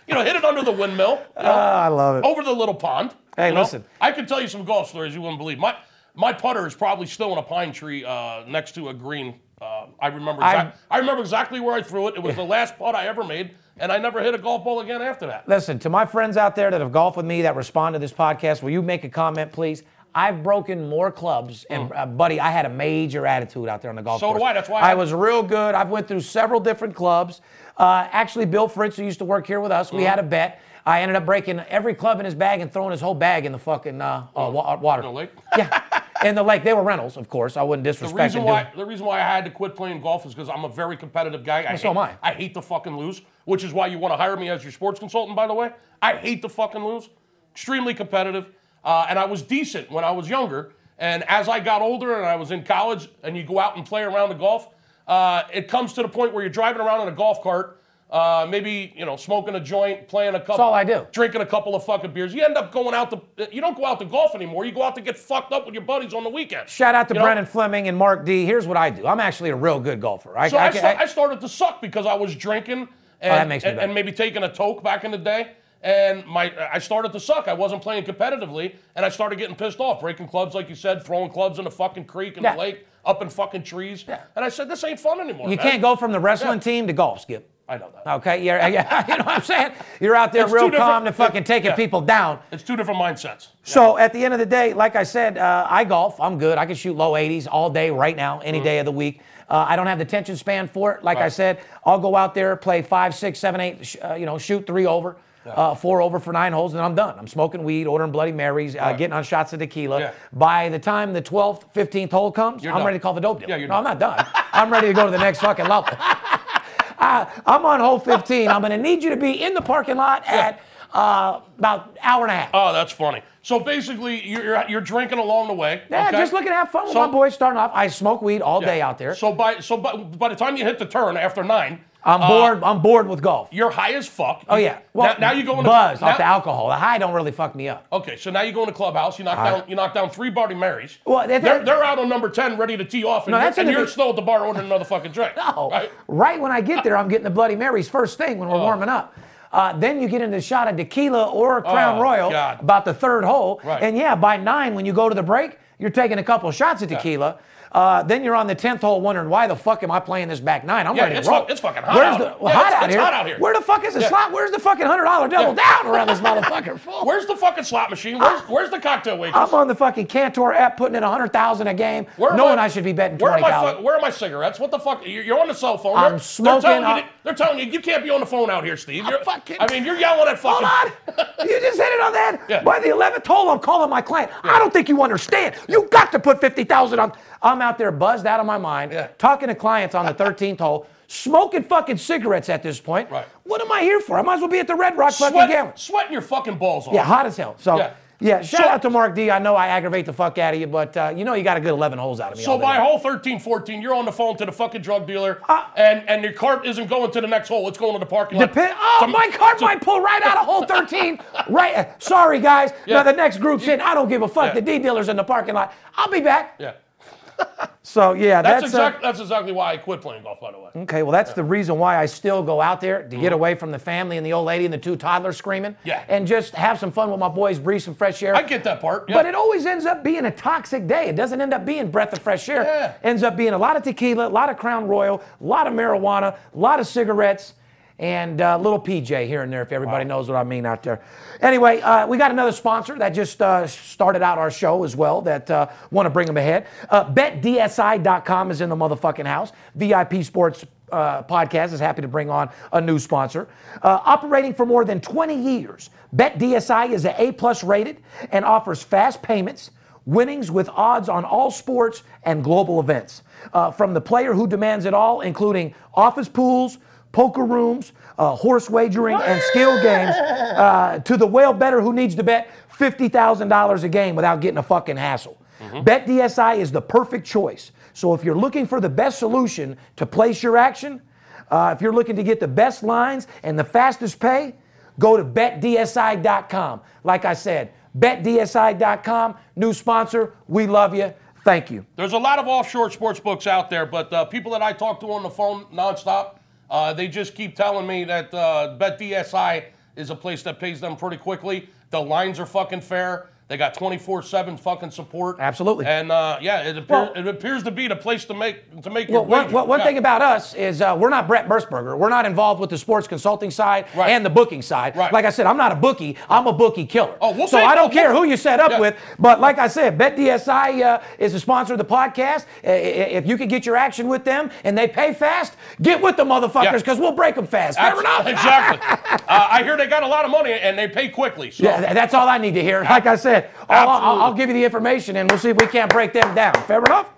D: you know, hit it under the windmill. you know,
C: Ah, I love it.
D: over the little pond.
C: Hey,
D: you know?
C: listen.
D: I can tell you some golf stories you wouldn't believe. My my putter is probably still in a pine tree uh, next to a green. Uh, I remember.
C: I'm-
D: exact- I remember exactly where I threw it. It was the last putt I ever made, and I never hit a golf ball again after that.
C: Listen, to my friends out there that have golfed with me that respond to this podcast, will you make a comment, please? I've broken more clubs, and uh, buddy, I had a major attitude out there on the golf
D: Hmm. So
C: course.
D: do I. That's why
C: I,
D: I-
C: was real good. I've went through several different clubs. Uh, actually, Bill Fritz, who used to work here with us,
D: Hmm.
C: we had a bet. I ended up breaking every club in his bag and throwing his whole bag in the fucking uh, uh, wa- water.
D: You know, like,
C: Yeah, in the lake. They were rentals, of course. I wouldn't
D: The
C: disrespect.
D: reason
C: and do-
D: why the reason why I had to quit playing golf is because I'm a very competitive guy. I hate,
C: so am I.
D: I hate to fucking lose, which is why you want to hire me as your sports consultant. By the way, I hate to fucking lose. Extremely competitive, uh, and I was decent when I was younger. And as I got older and I was in college, and you go out and play around the golf, uh, it comes to the point where you're driving around in a golf cart, uh, maybe you know smoking a joint, playing a couple.
C: all I do.
D: Drinking a couple of fucking beers. You end up going out to you don't go out to golf anymore. You go out to get fucked up with your buddies on the weekend.
C: Shout out to
D: You know?
C: Brennan Fleming and Mark D. Here's what I do. I'm actually a real good golfer. I,
D: So I,
C: I can-
D: sta-
C: I- Oh,
D: I started to suck because I was drinking and,
C: that makes me
D: and,
C: better.
D: and maybe taking a toke back in the day. And my, I started to suck. I wasn't playing competitively, and I started getting pissed off, breaking clubs, like you said, throwing clubs in the fucking creek and
C: Yeah.
D: the lake, up in fucking trees. And I said, this ain't fun anymore.
C: you
D: man."
C: can't go from the wrestling
D: Yeah.
C: team to golf, Skip.
D: I know that.
C: Okay, yeah, yeah, <laughs> you know what I'm saying? You're out there
D: It's
C: real
D: two different-
C: calm to
D: <laughs>
C: fucking taking
D: yeah.
C: people down.
D: It's two different mindsets.
C: So at the end of the day, like I said, uh, I golf. I'm good. I can shoot low 80s all day right now, any day of the week. Uh, I don't have the tension span for it. Like I
D: Mm-hmm. Right.
C: said, I'll go out there, play five, six, seven, eight. Sh- uh, you know, shoot three over, uh, four over for nine holes, and I'm done. I'm smoking weed, ordering Bloody Marys, uh, getting on shots of tequila.
D: Yeah.
C: By the time the 12th, 15th hole comes,
D: You're
C: I'm
D: done.
C: ready to call the dope deal.
D: Yeah, you're
C: no,
D: done.
C: I'm not done. I'm ready to go to the next fucking level. <laughs> I, I'm on hole 15. I'm going to need you to be in the parking lot at uh, about hour and a half.
D: Oh, that's funny. So basically, you're, you're, you're drinking along the way.
C: Yeah,
D: okay?
C: just looking to have fun with
D: So-
C: my boys starting off. I smoke weed all day out there.
D: So by so by, by the time you hit the turn after nine,
C: I'm
D: uh,
C: bored. I'm bored with golf.
D: You're high as fuck.
C: Oh yeah.
D: Well, now, now you go into
C: buzz off
D: now-
C: the alcohol. The high don't really fuck me up.
D: Okay, so now you go in the clubhouse. You knock down. You knock down three Bloody Marys.
C: Well, that-
D: they're, they're out on number ten, ready to tee off, and,
C: No,
D: you're,
C: that's in
D: and
C: the
D: you're
C: big-
D: still at the bar ordering another fucking drink.
C: <laughs> No.
D: right? Oh.
C: Right when I get there, I'm getting the Bloody Marys first thing when we're warming up. Uh, then you get into the shot of tequila or a Crown
D: Oh,
C: Royal
D: God.
C: about the third hole.
D: Right.
C: And yeah, by nine, when you go to the break, you're taking a couple shots of tequila. Uh, then you're on the tenth hole, wondering why the fuck am I playing this back nine? I'm
D: Yeah,
C: ready to
D: it's
C: roll.
D: fuck- it's fucking hot
C: Where's
D: out.
C: the
D: Yeah,
C: well,
D: it's-
C: hot, out
D: it's
C: here.
D: hot out here.
C: Where the fuck is the slot? Where's the fucking hundred dollar double down around this
D: <laughs>
C: motherfucker? Full.
D: Where's the fucking slot machine? Where's, where's the cocktail waitress?
C: I'm on the fucking Cantor app putting in 100,000 a game,
D: Where am
C: knowing I, should be betting
D: Where are,
C: 20
D: my
C: dollars.
D: fu- where are my cigarettes? What the fuck? You're, you're on the cell phone.
C: I'm
D: They're-
C: smoking,
D: They're telling,
C: I'm-
D: you, to- they're telling you you can't be on the phone out here, Steve. You're,
C: fucking-
D: I mean, you're yelling at fucking.
C: Hold
D: <laughs>
C: on. You just hit it on that.
D: Yeah.
C: By the 11th hole, I'm calling my client. I don't think you understand. You got to put 50,000 on. I'm out there buzzed out of my mind,
D: Yeah.
C: talking to clients on the 13th hole, smoking fucking cigarettes at this point.
D: Right.
C: What am I here for? I might as well be at the Red Rock fucking gambling.
D: Sweat, sweating your fucking balls off.
C: Yeah, hot as hell. So,
D: Yeah.
C: yeah, shout
D: So-
C: out to Mark D. I know I aggravate the fuck out of you, but uh, you know you got a good 11 holes out of me. all
D: So
C: day
D: by
C: long.
D: hole 13, 14, you're on the phone to the fucking drug dealer,
C: Uh,
D: and and your cart isn't going to the next hole. It's going to the parking lot.
C: Depend- oh,
D: To-
C: my card might pull right out of hole 13. right. uh, Sorry, guys.
D: Yeah.
C: Now the next group's in. I don't give a fuck.
D: Yeah.
C: The D dealer's in the parking lot. I'll be back.
D: Yeah.
C: So, yeah,
D: That's,
C: that's, uh,
D: exactly that's exactly why I quit playing golf, by the way.
C: Okay, well, that's the reason why I still go out there to get away from the family and the old lady and the two toddlers screaming.
D: Mm-hmm. Yeah.
C: And just have some fun with my boys, breathe some fresh air.
D: I get that part. Yeah.
C: But it always ends up being a toxic day. It doesn't end up being breath of fresh air.
D: Yeah.
C: Ends up being a lot of tequila, a lot of Crown Royal, a lot of marijuana, a lot of cigarettes, and uh, little PJ here and there, if everybody knows what I mean out there. Anyway, uh, we got another sponsor that just uh, started out our show as well that uh, want to bring them ahead. Uh, BetDSI.com is in the motherfucking house. VIP Sports uh, podcast is happy to bring on a new sponsor. Uh, operating for more than 20 years, BetDSI is A plus rated and offers fast payments winnings with odds on all sports and global events. Uh, from the player who demands it all, including office pools, poker rooms, uh, horse wagering, and skill games, uh, to the whale better who needs to bet $50,000 a game without getting a fucking hassle. BetDSI is the perfect choice. So if you're looking for the best solution to place your action, uh, if you're looking to get the best lines and the fastest pay, go to betdsi.com. Like I said, betdsi.com, new sponsor. We love you. Thank you.
D: There's a lot of offshore sports books out there, but uh, people that I talk to on the phone nonstop, uh, they just keep telling me that uh, BetDSI is a place that pays them pretty quickly. The lines are fucking fair. They got 24/7 fucking support.
C: Absolutely.
D: And uh, yeah, it, appear,
C: Well-
D: it appears to be the place to make to make
C: Well,
D: your
C: one,
D: wager.
C: one- one
D: Yeah.
C: thing about us is uh, we're not Brett Burstberger. We're not involved with the sports consulting side
D: Right.
C: and the booking side.
D: Right.
C: Like I said, I'm not a bookie. I'm a bookie killer.
D: Oh, we'll
C: so
D: take-
C: I
D: we'll-
C: don't care who you set up
D: Yeah.
C: with. But like I said, BetDSI uh, is a sponsor of the podcast. I- I- If you can get your action with them and they pay fast, get with the motherfuckers
D: Yeah.
C: because we'll break them fast. Fair enough.
D: Exactly. <laughs> uh, I hear they got a lot of money and they pay quickly. So
C: Yeah, th- that's all I need to hear. Like I said, I'll, I'll, I'll give you the information and we'll see if we can't break them down. Fair enough?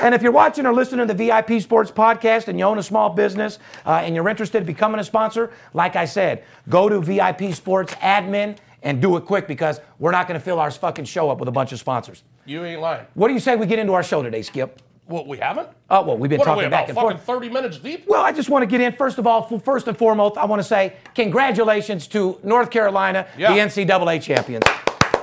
C: And if you're watching or listening to the VIP Sports Podcast and you own a small business uh, and you're interested in becoming a sponsor, like I said, go to VIP Sports Admin and do it quick because we're not going to fill our fucking show up with a bunch of sponsors.
D: you ain't lying.
C: What do you say we get into our show today, Skip?
D: Well, we haven't.
C: Oh, well, we've been
D: what are
C: talking
D: we
C: back
D: about?
C: and
D: Fucking
C: forth.
D: 30 minutes deep.
C: Well, I just want to get in. First of all, f- first and foremost, I want to say congratulations to North Carolina,
D: Yeah.
C: the NCAA champions.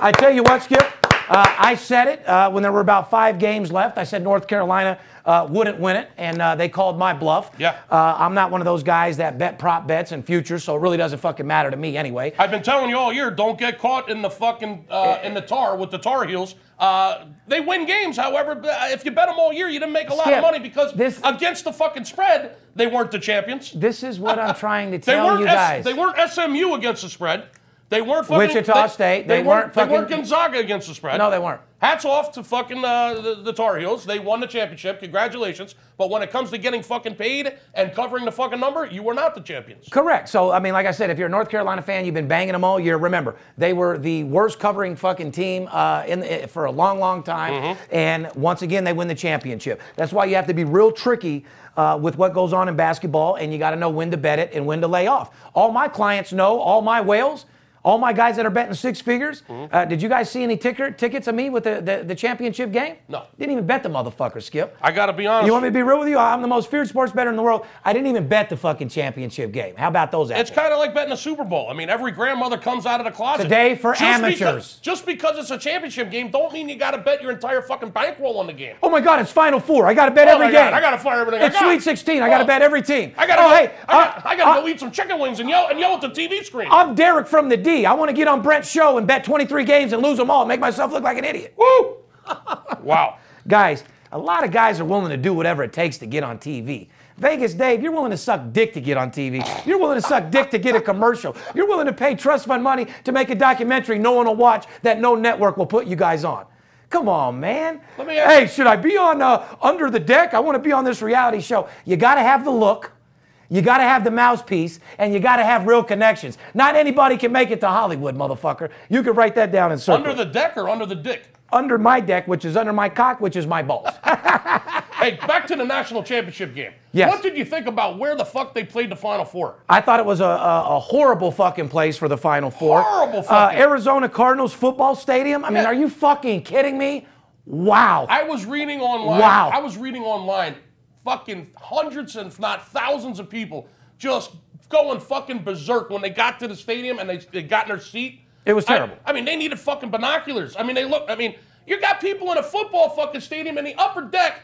C: I tell you what, Skip, uh, I said it uh, when there were about five games left. I said North Carolina uh, wouldn't win it, and uh, they called my bluff.
D: Yeah.
C: Uh, I'm not one of those guys that bet prop bets and futures, so it really doesn't fucking matter to me anyway.
D: I've been telling you all year, don't get caught in the fucking uh, in the tar with the Tar Heels. Uh, they win games, however, but, uh, if you bet them all year, you didn't make a lot
C: Skip,
D: of money because
C: this-
D: against the fucking spread, they weren't the champions.
C: This is what I'm trying
D: <laughs>
C: to
D: They
C: tell
D: weren't
C: you
D: S-
C: guys.
D: they weren't SMU against the spread. They weren't fucking
C: Wichita State, they weren't
D: They weren't
C: fucking-
D: Gonzaga against the spread.
C: No, they weren't.
D: Hats off to fucking uh, the, the Tar Heels. They won the championship. Congratulations. But when it comes to getting fucking paid and covering the fucking number, you were not the champions.
C: Correct. So, I mean, like I said, if you're a North Carolina fan, you've been banging them all year. Remember, they were the worst covering fucking team uh, in the, for a long, long time. And once again, they win the championship. That's why you have to be real tricky uh, with what goes on in basketball, and you got to know when to bet it and when to lay off. All my clients know, all my whales, all my guys that are betting six figures. Uh, did you guys see any ticker, tickets of me with the, the, the championship game?
D: No.
C: Didn't even bet the motherfucker, Skip.
D: I got to be honest.
C: You want me to be real with you? I'm the most feared sports better in the world. I didn't even bet the fucking championship game. How about those
D: It's
C: apples?
D: kind of like betting a Super Bowl. I mean, every grandmother comes out of the closet.
C: Today for amateurs.
D: Because, just because it's a championship game, don't mean you got to bet your entire fucking bankroll on the game.
C: Oh my God! It's Final Four. I got to bet
D: Oh
C: every
D: my
C: game.
D: God, I gotta fire everything I
C: It's
D: got.
C: Sweet 16. I got to
D: Oh.
C: bet every team.
D: I gotta
C: Oh
D: go,
C: hey,
D: I
C: uh,
D: gotta,
C: I-
D: I gotta go
C: I-
D: eat some chicken wings and yell and yell at the TV screen.
C: I'm Derek from the D. I want to get on Brent's show and bet 23 games and lose them all and make myself look like an idiot.
D: Woo! <laughs> wow.
C: Guys, a lot of guys are willing to do whatever it takes to get on TV. Vegas Dave, you're willing to suck dick to get on TV. You're willing to suck dick to get a commercial. You're willing to pay trust fund money to make a documentary no one will watch that no network will put you guys on. Come on, man.
D: Let me ask
C: hey,
D: you-
C: should I be on uh, Under the Deck? I want to be on this reality show. You got to have the look. You got to have the mouthpiece and you got to have real connections. Not anybody can make it to Hollywood, motherfucker. You can write that down and circle.
D: Under the deck or under the dick?
C: under my deck, which is under my cock, which is my balls.
D: Hey, back to the national championship game.
C: Yes.
D: What did you think about where the fuck they played the Final Four?
C: I thought it was a, a, a horrible fucking place for the Final Four.
D: Horrible
C: Uh,
D: fucking-
C: Arizona Cardinals football stadium. I mean,
D: Yeah.
C: are you fucking kidding me? Wow.
D: I was reading online.
C: Wow.
D: I was reading online. Fucking hundreds, and if not thousands, of people just going fucking berserk when they got to the stadium and they, they got in their seat.
C: It was
D: I-
C: terrible.
D: I, mean, they needed fucking binoculars. I mean, they look. I mean, you got people in a football fucking stadium in the upper deck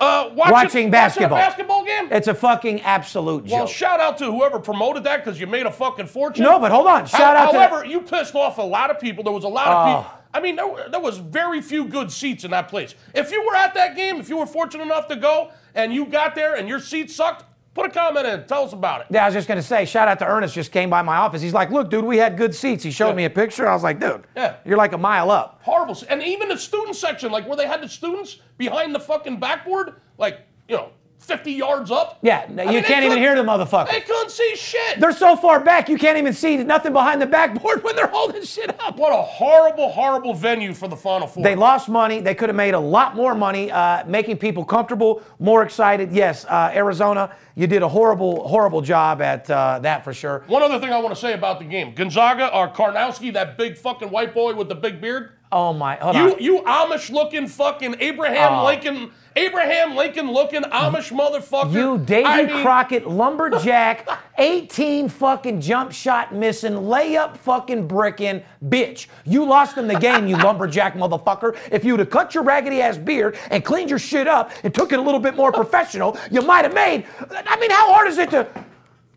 D: uh, watching,
C: Watching basketball.
D: a basketball game.
C: it's a fucking absolute joke.
D: well, shout out to whoever promoted that because you made a fucking fortune.
C: no, but hold on.
D: How-
C: Shout out
D: However,
C: to
D: you pissed off a lot of people. There was a lot of
C: Oh.
D: people. I mean, there, were- there was very few good seats in that place. If you were at that game, if you were fortunate enough to go, and you got there and your seat sucked, Put a comment in. Tell us about it.
C: Yeah, I was just gonna say, shout out to Ernest. Just came by my office. He's like, "Look, dude, we had good seats." He showed
D: Yeah.
C: me a picture. I was like, "Dude,
D: Yeah.
C: you're like a mile up."
D: Horrible. And even the student section, like where they had the students behind the fucking backboard, like, you know, 50 yards up.
C: Yeah, no,
D: I
C: you
D: mean, they
C: can't even
D: couldn't-
C: hear the motherfucker.
D: They couldn't see shit.
C: They're so far back, you can't even see nothing behind the backboard <laughs> when they're holding shit up.
D: what a horrible, horrible venue for the Final Four.
C: They lost money. They could have made a lot more money, uh, making people comfortable, more excited. Yes, uh, Arizona, you did a horrible, horrible job at uh, that for sure.
D: One other thing I want to say about the game Gonzaga or Karnowski, that big fucking white boy with the big beard.
C: Oh my, hold
D: You,
C: on.
D: you Amish looking fucking Abraham
C: Oh.
D: Lincoln, Abraham Lincoln looking Amish motherfucker.
C: You Davy
D: I mean, <laughs>
C: Crockett lumberjack, 18 fucking jump shot missing, layup fucking bricking, bitch. You lost them the game,
D: <laughs>
C: you lumberjack motherfucker. If you'd have cut your raggedy ass beard and cleaned your shit up and took it a little bit more professional, you might have made. I mean, how hard is it to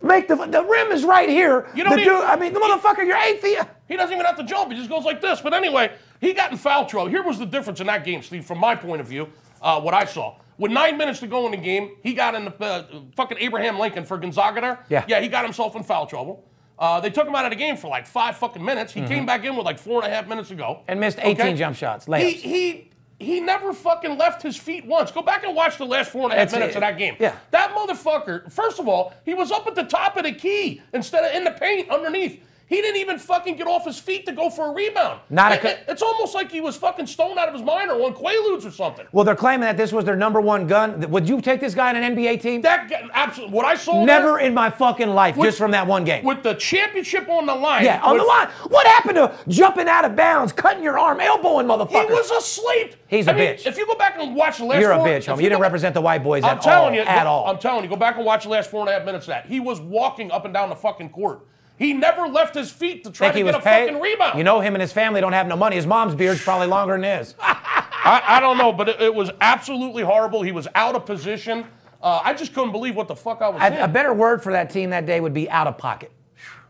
C: make the the rim is right here?
D: You don't
C: the
D: even-
C: dude- I mean, the motherfucker, you're eight feet.
D: He doesn't even have to jump. He just goes like this. But anyway, he got in foul trouble. Here was the difference in that game, Steve, from my point of view, uh, what I saw. With nine minutes to go in the game, he got in the uh, fucking Abraham Lincoln for Gonzaga there.
C: Yeah.
D: Yeah, he got himself in foul trouble. Uh, they took him out of the game for like five fucking minutes. He came back in with like four and a half minutes ago.
C: Mm-hmm. And missed 18 jump shots, layups.
D: He, he, he never fucking left his feet once. Go back and watch the last four and a half
C: That's
D: minutes
C: it.
D: of that game.
C: Yeah.
D: That motherfucker, first of all, he was up at the top of the key instead of in the paint underneath. He didn't even fucking get off his feet to go for a rebound.
C: Not a
D: It-
C: co-
D: it- it's almost like he was fucking stoned out of his mind or on Quaaludes or something.
C: Well, they're claiming that this was their number one gun. Would you take this guy in an NBA team?
D: That guy- absolutely what I saw
C: Never
D: there,
C: in my fucking life,
D: With-
C: just from that one game.
D: with the championship on the line.
C: Yeah, on
D: with-
C: the line. What happened to jumping out of bounds, cutting your arm, elbowing motherfuckers?
D: He was asleep.
C: He's
D: a
C: a bitch.
D: If you go back and watch the last
C: You're a
D: four-
C: bitch,
D: if
C: homie.
D: you
C: You didn't
D: go back-
C: represent the white boys
D: I'm
C: at
D: telling
C: all.
D: you,
C: at
D: go-
C: all.
D: I'm telling you, go back and watch the last four and a half minutes of that. He was walking up and down the fucking court. He never left his feet to try
C: Think
D: to
C: he
D: get a
C: was paid?
D: fucking rebound.
C: You know him and his family don't have no money. His mom's beard's probably longer than his.
D: I, I don't know, but it, it was absolutely horrible. He was out of position. Uh, I just couldn't believe what the fuck I was
C: A,
D: seeing.
C: a better word for that team that day would be out of pocket.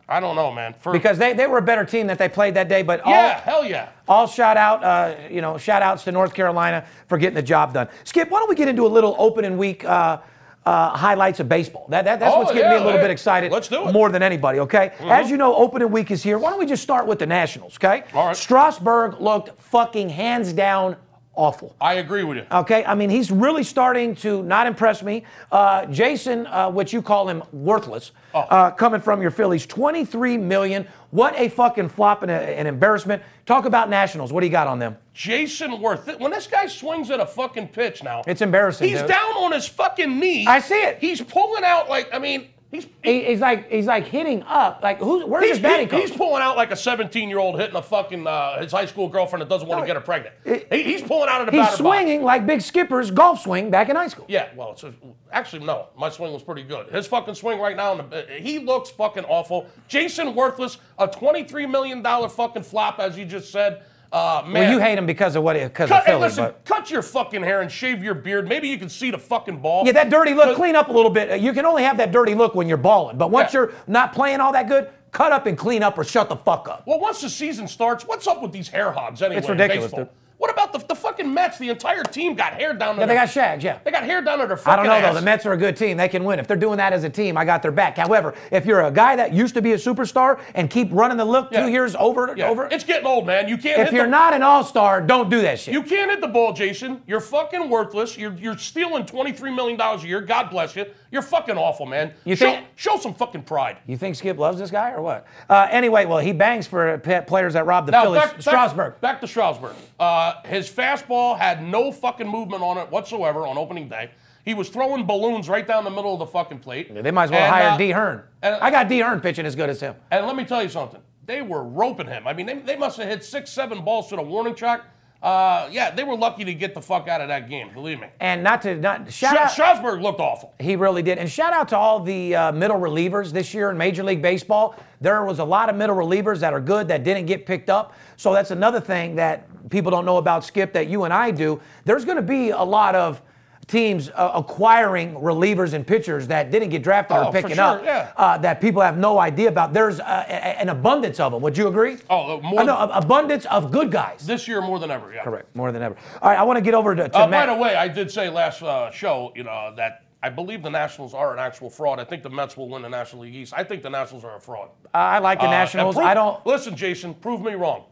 D: I don't know, man. For,
C: Because they, they were a better team that they played that day, but all,
D: yeah, hell yeah.
C: all shout out, uh, you know, shout outs to North Carolina for getting the job done. Skip, why don't we get into a little open and week uh, uh, highlights of baseball? That, that, that's
D: Oh,
C: what's getting me
D: yeah,
C: a little
D: hey,
C: bit excited.
D: let's do it. Mm-hmm.
C: More than anybody, okay? As you know, open and week is here. Why don't we just start with the Nationals, okay?
D: All right.
C: Strasburg looked fucking hands down awful.
D: I agree with you.
C: Okay, I mean, he's really starting to not impress me. Uh, Jason, uh, what you call him, worthless,
D: Oh.
C: uh, coming from your Phillies, 23 million. What a fucking flop and a, an embarrassment. Talk about Nationals. What do you got on them?
D: Jason Worth. th- When this guy swings at a fucking pitch now,
C: It's embarrassing.
D: he's
C: dude.
D: down on his fucking knee.
C: I see it.
D: He's pulling out like I mean, he's
C: He- he's like he's like hitting up. Like who's where's
D: He's,
C: his batting
D: he- he's
C: coach?
D: pulling out like a 17 year old hitting a fucking uh, his high school girlfriend that doesn't want to get her pregnant. He- he's pulling out of the
C: He's
D: batter box.
C: swinging like Big Skipper's golf swing back in high school.
D: Yeah, well, it's actually no. My swing was pretty good. His fucking swing right now, in the, uh, he looks fucking awful. Jason Worthless, a 23 million dollar fucking flop, as you just said. Uh, man,
C: Well, you hate him because of what? Because
D: Cut,
C: of
D: hey,
C: Philly,
D: listen,
C: but.
D: cut your fucking hair and shave your beard. Maybe you can see the fucking ball.
C: Yeah, that dirty look.
D: But-
C: Clean up a little bit. You can only have that dirty look when you're balling. But once
D: Yeah.
C: you're not playing all that good, cut up and clean up, or shut the fuck up.
D: Well, once the season starts, what's up with these hair hogs anyway?
C: It's
D: in
C: ridiculous,
D: baseball?
C: dude.
D: What about the, the fucking Mets? The entire team got hair down.
C: Yeah, they got shags. Yeah.
D: They got hair down to their fucking
C: I don't know
D: ass.
C: though. The Mets are a good team. They can win. If they're doing that as a team, I got their back. However, if you're a guy that used to be a superstar and keep running the look
D: Yeah.
C: two years over
D: Yeah,
C: over,
D: It's getting old, man. You can't.
C: if
D: hit
C: you're
D: the,
C: not an all-star, don't do that shit.
D: you can't hit the ball, Jason. You're fucking worthless. You're you're stealing twenty three million dollars a year. God bless you. You're fucking awful, man.
C: You
D: show,
C: think-
D: show some fucking pride.
C: You think Skip loves this guy or what? Uh, anyway, well, he bangs for p- players that rob the
D: Now,
C: Phillies.
D: back- back-
C: Strasburg.
D: Back, to Strasburg. Uh, his fastball had no fucking movement on it whatsoever on opening day. He was throwing balloons right down the middle of the fucking plate.
C: They might as well
D: And,
C: hire
D: uh,
C: D. Hearn.
D: and-
C: I got D. Hearn pitching as good as him.
D: And let me tell you something. They were roping him. I mean, they, they must have hit six, seven balls to the warning track. Uh, yeah, they were lucky to get the fuck out of that game. Believe me.
C: And not to not shout
D: Stra-
C: out.
D: Strasburg looked awful.
C: He really did. And shout out to all the uh, middle relievers this year in Major League Baseball. There was a lot of middle relievers that are good that didn't get picked up. So that's another thing that people don't know about Skip that you and I do. There's going to be a lot of teams uh, acquiring relievers and pitchers that didn't get drafted
D: Oh,
C: or
D: for
C: picking
D: sure,
C: up
D: yeah.
C: uh, that people have no idea about. There's uh, a- a- an abundance of them. Would you agree?
D: Oh, more
C: I know, a- abundance of good guys.
D: This year more than ever. Yeah.
C: Correct, more than ever. All right, I want to get over to, to
D: Uh, by
C: Matt.
D: the way, I did say last uh, show, you know, that I believe the Nationals are an actual fraud. I think the Mets will win the National League East. I think the Nationals are a fraud.
C: I like the
D: Uh,
C: Nationals.
D: and prove-
C: I don't.
D: listen, Jason. Prove me wrong.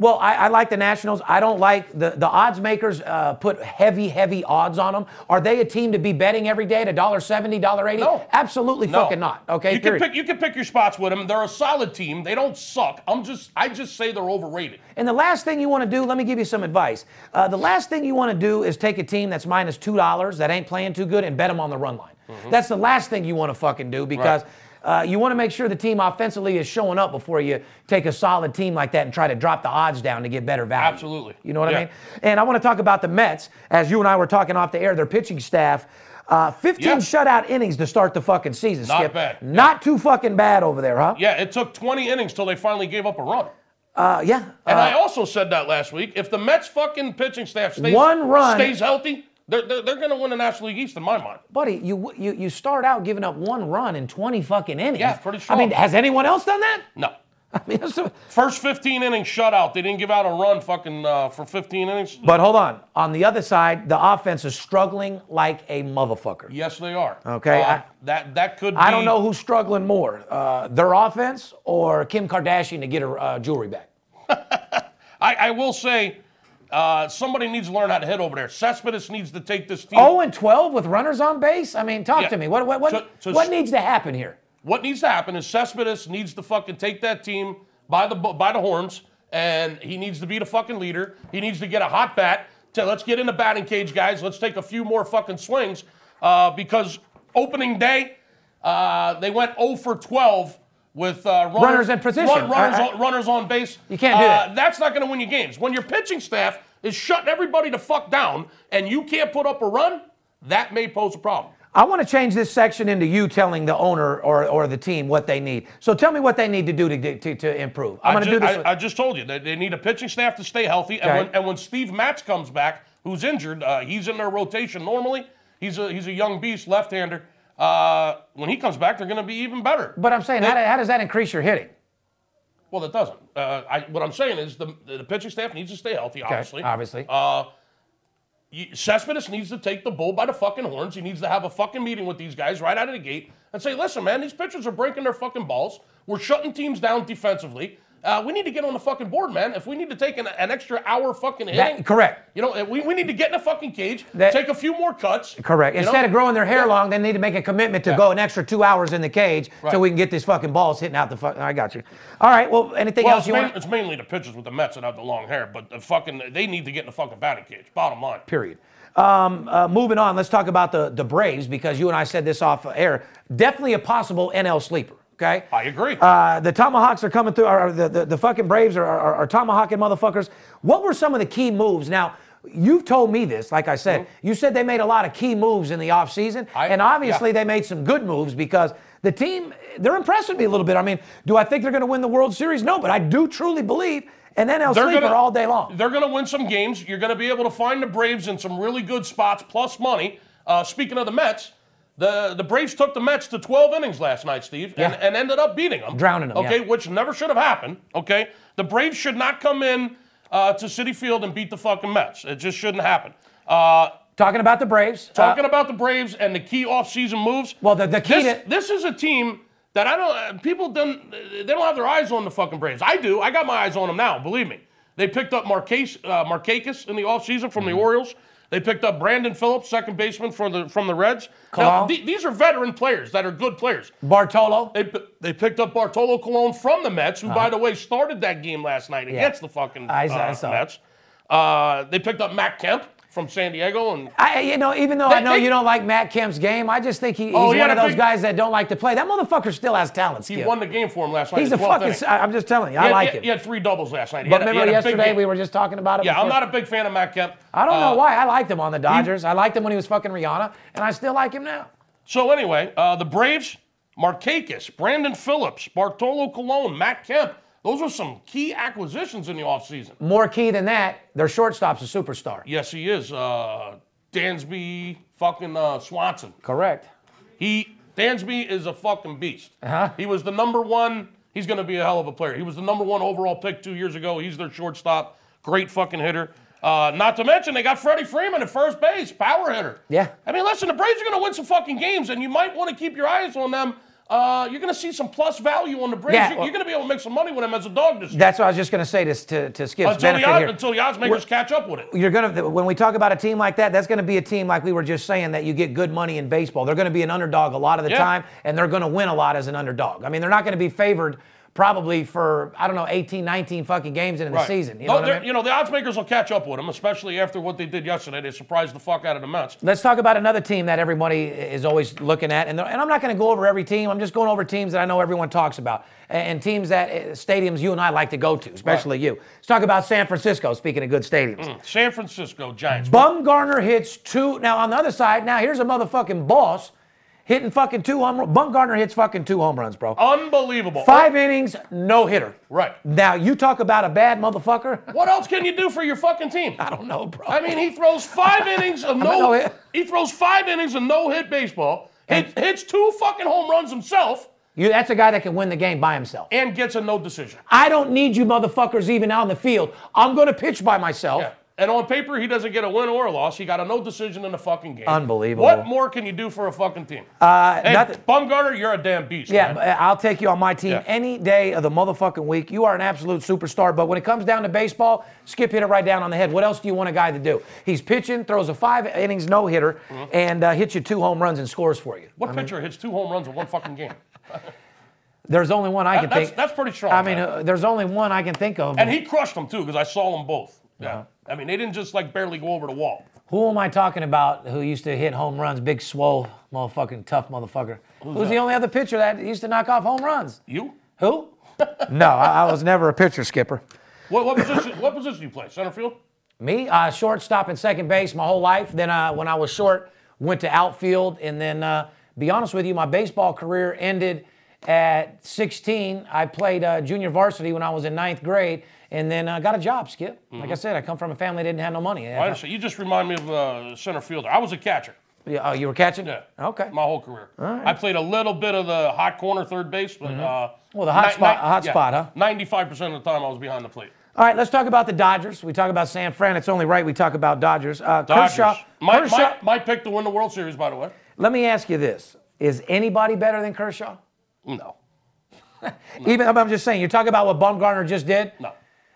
C: Well, I, I like the Nationals. I don't like the, the odds makers uh, put heavy, heavy odds on them. Are they a team to be betting every day at $1.70, $1.80?
D: No.
C: Absolutely
D: No.
C: fucking not. Okay,
D: You
C: period.
D: can pick. You can pick your spots with them. They're a solid team. They don't suck. I'm just. I just say they're overrated.
C: And the last thing you want to do, let me give you some advice. Uh, the last thing you want to do is take a team that's minus two dollars that ain't playing too good and bet them on the run line.
D: Mm-hmm.
C: That's the last thing you want to fucking do because. Uh, you want to make sure the team offensively is showing up before you take a solid team like that and try to drop the odds down to get better value.
D: Absolutely.
C: You know what I
D: Yeah.
C: mean? And I want to talk about the Mets. As you and I were talking off the air, their pitching staff, uh, 15
D: Yeah.
C: shutout innings to start the fucking season.
D: Not
C: Skip.
D: bad.
C: Not too fucking bad over there, huh?
D: Yeah, it took 20 innings till they finally gave up a run.
C: Uh, yeah.
D: And
C: Uh,
D: I also said that last week. If the Mets fucking pitching staff stays,
C: One run-
D: stays healthy, they're, they're, they're going to win the National League East in my mind.
C: Buddy, you, you you start out giving up one run in 20 fucking innings.
D: Yeah, it's pretty
C: I mean,
D: strong.
C: has anyone else done that? <laughs>
D: No.
C: I mean, that's a-
D: First 15 innings shutout. They didn't give out a run fucking uh, for 15 innings.
C: but hold on. On the other side, the offense is struggling like a motherfucker.
D: Yes, they are.
C: Okay,
D: Uh,
C: I-
D: that that could.
C: I
D: be-
C: don't know who's struggling more, uh, their offense or Kim Kardashian to get her uh, jewelry back.
D: I, I will say, uh, somebody needs to learn how to hit over there. Cespedes needs to take this team.
C: Oh, and 12 with runners on base? I mean, talk
D: Yeah.
C: to me. What, what, what,
D: So- so
C: what
D: s-
C: needs to happen here?
D: What needs to happen is Cespedes needs to fucking take that team by the by the horns, and he needs to be the fucking leader. He needs to get a hot bat. To, let's get in the batting cage, guys. Let's take a few more fucking swings uh, because opening day uh, they went 0 for 12 with uh, runner-
C: Runners in position.
D: run- runners,
C: I- I-
D: on, runners on base.
C: You can't do
D: Uh,
C: that.
D: That's not going to win you games. When your pitching staff is shutting everybody the fuck down, and you can't put up a run, that may pose a problem.
C: I want to change this section into you telling the owner or, or the team what they need. So tell me what they need to do to, to, to improve. I'm
D: I
C: going to do
D: ju-
C: this.
D: I,
C: with-
D: I just told you they, they need a pitching staff to stay healthy,
C: Okay.
D: and, when, and when Steve Matz comes back, who's injured, uh, he's in their rotation normally. He's a he's a young beast, left-hander. Uh, when he comes back, they're going to be even better.
C: But I'm saying, how, do- how does that increase your hitting?
D: well, that doesn't. Uh, I, what I'm saying is the the pitching staff needs to stay healthy. Obviously,
C: obviously.
D: Uh, you- Cespedes needs to take the bull by the fucking horns. He needs to have a fucking meeting with these guys right out of the gate and say, listen, man, these pitchers are breaking their fucking balls. We're shutting teams down defensively. Uh, we need to get on the fucking board, man. If we need to take an, an extra hour fucking
C: That-
D: hitting.
C: correct.
D: You know, and we, we need to get in a fucking cage,
C: That-
D: take a few more cuts.
C: Correct.
D: you know?
C: Instead of growing their hair
D: Yeah.
C: long, they need to make a commitment to go an extra two hours in the cage so
D: Right.
C: we can get these fucking balls hitting out the fuck. I got you. All right. Well, anything
D: Well,
C: else
D: it's,
C: you
D: main-
C: want?
D: it's mainly the pitchers with the Mets that have the long hair, but the fucking they need to get in the fucking batting cage. Bottom line.
C: Period. Um, uh, moving on, let's talk about the the Braves because you and I said this off air. Definitely a possible NL sleeper. Okay.
D: I agree.
C: Uh, the Tomahawks are coming through, or the, the, the fucking Braves are, are, are tomahawking motherfuckers. What were some of the key moves? Now, you've told me this, like I said. You said they made a lot of key moves in the offseason,
D: Mm-hmm. I-
C: and obviously
D: yeah.
C: they made some good moves because the team, they're impressing me a little bit. I mean, do I think they're going to win the World Series? No, but I do truly believe an NL
D: They're
C: sleeper
D: gonna-
C: all day long.
D: They're going to win some games. You're going to be able to find the Braves in some really good spots, plus money. Uh, speaking of the Mets, the, the Braves took the Mets to 12 innings last night, Steve, and,
C: Yeah.
D: and ended up beating them.
C: Drowning 'em, yeah.
D: Okay, which never should have happened. Okay, the Braves should not come in uh, to City Field and beat the fucking Mets. It just shouldn't happen. Uh,
C: Talking about the Braves. uh,
D: Talking about the Braves and the key offseason moves.
C: Well, the- the key
D: this,
C: to-
D: this is a team that I don't. uh, People don't. They don't have their eyes on the fucking Braves. I do. I got my eyes on them now. Believe me. They picked up Marques, uh, Markakis in the offseason from the
C: Mm-hmm.
D: Orioles. They picked up Brandon Phillips, second baseman from the from the Reds.
C: Kalal.
D: the- these are veteran players that are good players.
C: uh, Bartolo.
D: They, p- they picked up Bartolo Colon from the Mets, who, by the way, started that game last night against the fucking
C: Uh-huh. I saw- I
D: uh,
C: saw.
D: Mets. Uh, they picked up Matt Kemp from San Diego and
C: I, you know, even though I
D: They-
C: know
D: they-
C: you don't like Matt Kemp's game, I just think he, he's
D: Oh, he
C: one
D: had
C: of
D: a
C: those
D: big-
C: guys that don't like to play. That motherfucker still has talent.
D: He
C: Skip.
D: won the game for him last night.
C: He's
D: in
C: a
D: the 12th
C: fucking.
D: inning.
C: I- I'm just telling you, I
D: He had-
C: like
D: he,
C: him.
D: He had three doubles last night. He
C: but
D: had a- he
C: remember
D: had a big
C: yesterday
D: game.
C: we were just talking about it.
D: Yeah, I'm
C: before.
D: not a big fan of Matt Kemp.
C: I don't know
D: Uh,
C: why I liked him on the Dodgers. I liked him when he was fucking Rihanna, and I still like him now.
D: So anyway, uh, the Braves, Markakis, Brandon Phillips, Bartolo Colon, Matt Kemp. Those are some key acquisitions in the offseason.
C: More key than that, their shortstop's a superstar.
D: Yes, he is. Uh, Dansby, fucking uh, Swanson.
C: Correct.
D: He Dansby is a fucking beast.
C: Uh-huh.
D: He was the number one. He's going to be a hell of a player. He was the number one overall pick two years ago. He's their shortstop. Great fucking hitter. Uh, not to mention, they got Freddie Freeman at first base, power hitter.
C: Yeah.
D: I mean, listen, the Braves are going to win some fucking games, and you might want to keep your eyes on them. Uh, you're going to see some plus value on the Braves.
C: Yeah,
D: You-
C: well-
D: you're going to be able to make some money with them as a dog this
C: That's what I was just going to say to, to, to Skip's
D: until the,
C: benefit
D: odds,
C: here.
D: until the odds makers catch up with it.
C: you're gonna when we talk about a team like that, that's gonna be a team like we were just saying that you get good money in baseball. They're gonna be an underdog a lot of the
D: Yeah.
C: time, and they're gonna win a lot as an underdog. I mean, they're not gonna be favored probably for I don't know 18, 19 fucking games in the
D: Right.
C: season. You
D: No,
C: know what I
D: they're-
C: mean?
D: you know, the odds makers will catch up with them, especially after what they did yesterday. They surprised the fuck out of the Mets.
C: Let's talk about another team that everybody is always looking at, and, they're- and I'm not going to go over every team. I'm just going over teams that I know everyone talks about, and, and teams that uh, stadiums you and I like to go to, especially you. Let's talk about San Francisco. Speaking of good stadiums,
D: San Francisco Giants.
C: Bumgarner hits two. Now on the other side, now here's a motherfucking boss hitting fucking two home runs. Bumgarner hits fucking two home runs, bro.
D: Unbelievable. Oh,
C: Five innings, no hitter.
D: Right.
C: Now you talk about a bad motherfucker. <laughs>
D: What else can you do for your fucking team?
C: I don't know, bro.
D: I mean, he throws five innings
C: <laughs>
D: of
C: a
D: no.
C: no-hit.
D: he throws five innings of no hit baseball. Hit, hits two fucking home runs himself
C: you, that's a guy that can win the game by himself.
D: and gets a no decision.
C: I don't need you motherfuckers even out in the field. I'm going to pitch by myself.
D: Yeah. And on paper, he doesn't get a win or a loss. He got a no decision in the fucking game.
C: Unbelievable.
D: What more can you do for a fucking team? Uh, hey,
C: nothing-
D: Bumgarner, you're a damn beast.
C: Yeah,
D: man.
C: but uh, I'll take you on my team
D: Yeah.
C: any day of the motherfucking week. You are an absolute superstar. But when it comes down to baseball, Skip hit it right down on the head. What else do you want a guy to do? He's pitching, throws a five innings no hitter,
D: Uh-huh.
C: and uh, hits you two home runs and scores for you.
D: What pitcher hits two home runs in one fucking game?
C: There's only one I can
D: that's,
C: think.
D: that's pretty strong.
C: I mean,
D: man.
C: uh, there's only one I can think of.
D: and he crushed them too because I saw them both. Yeah. I mean, they didn't just like barely go over the wall.
C: who am I talking about? Who used to hit home runs? Big swole, motherfucking tough motherfucker. Who's,
D: that?
C: the only other pitcher that used to knock off home runs?
D: You?
C: Who? <laughs> no, I, I was never a pitcher skipper.
D: What, what position? what position you play? Center field?
C: Me, uh, shortstop and second base my whole life. Then uh, when I was short, went to outfield, and then uh, be honest with you, my baseball career ended at 16. I played uh, junior varsity when I was in ninth grade, and then uh, got a job. Skip,
D: Mm-hmm.
C: like I said, I come from a family that didn't have no money.
D: I understand. You just remind me of a center fielder. I was a catcher.
C: Yeah, oh, you were catching?
D: Yeah.
C: Okay.
D: My whole career. I played a little bit of the hot corner third base, but uh,
C: Mm-hmm. Well, the hot
D: ni-
C: spot-
D: ni-
C: hot
D: yeah,
C: spot, huh?
D: Ninety-five percent of the time, I was behind the plate.
C: All right, let's talk about the Dodgers. We talk about San Fran. It's only right we talk about Dodgers. Uh,
D: Dodgers.
C: Kershaw.
D: My,
C: Kershaw.
D: my, my pick to win the World Series, by the way.
C: Let me ask you this: Is anybody better than Kershaw?
D: No.
C: Even I'm just saying. You're talking about what Bumgarner just did.
D: No.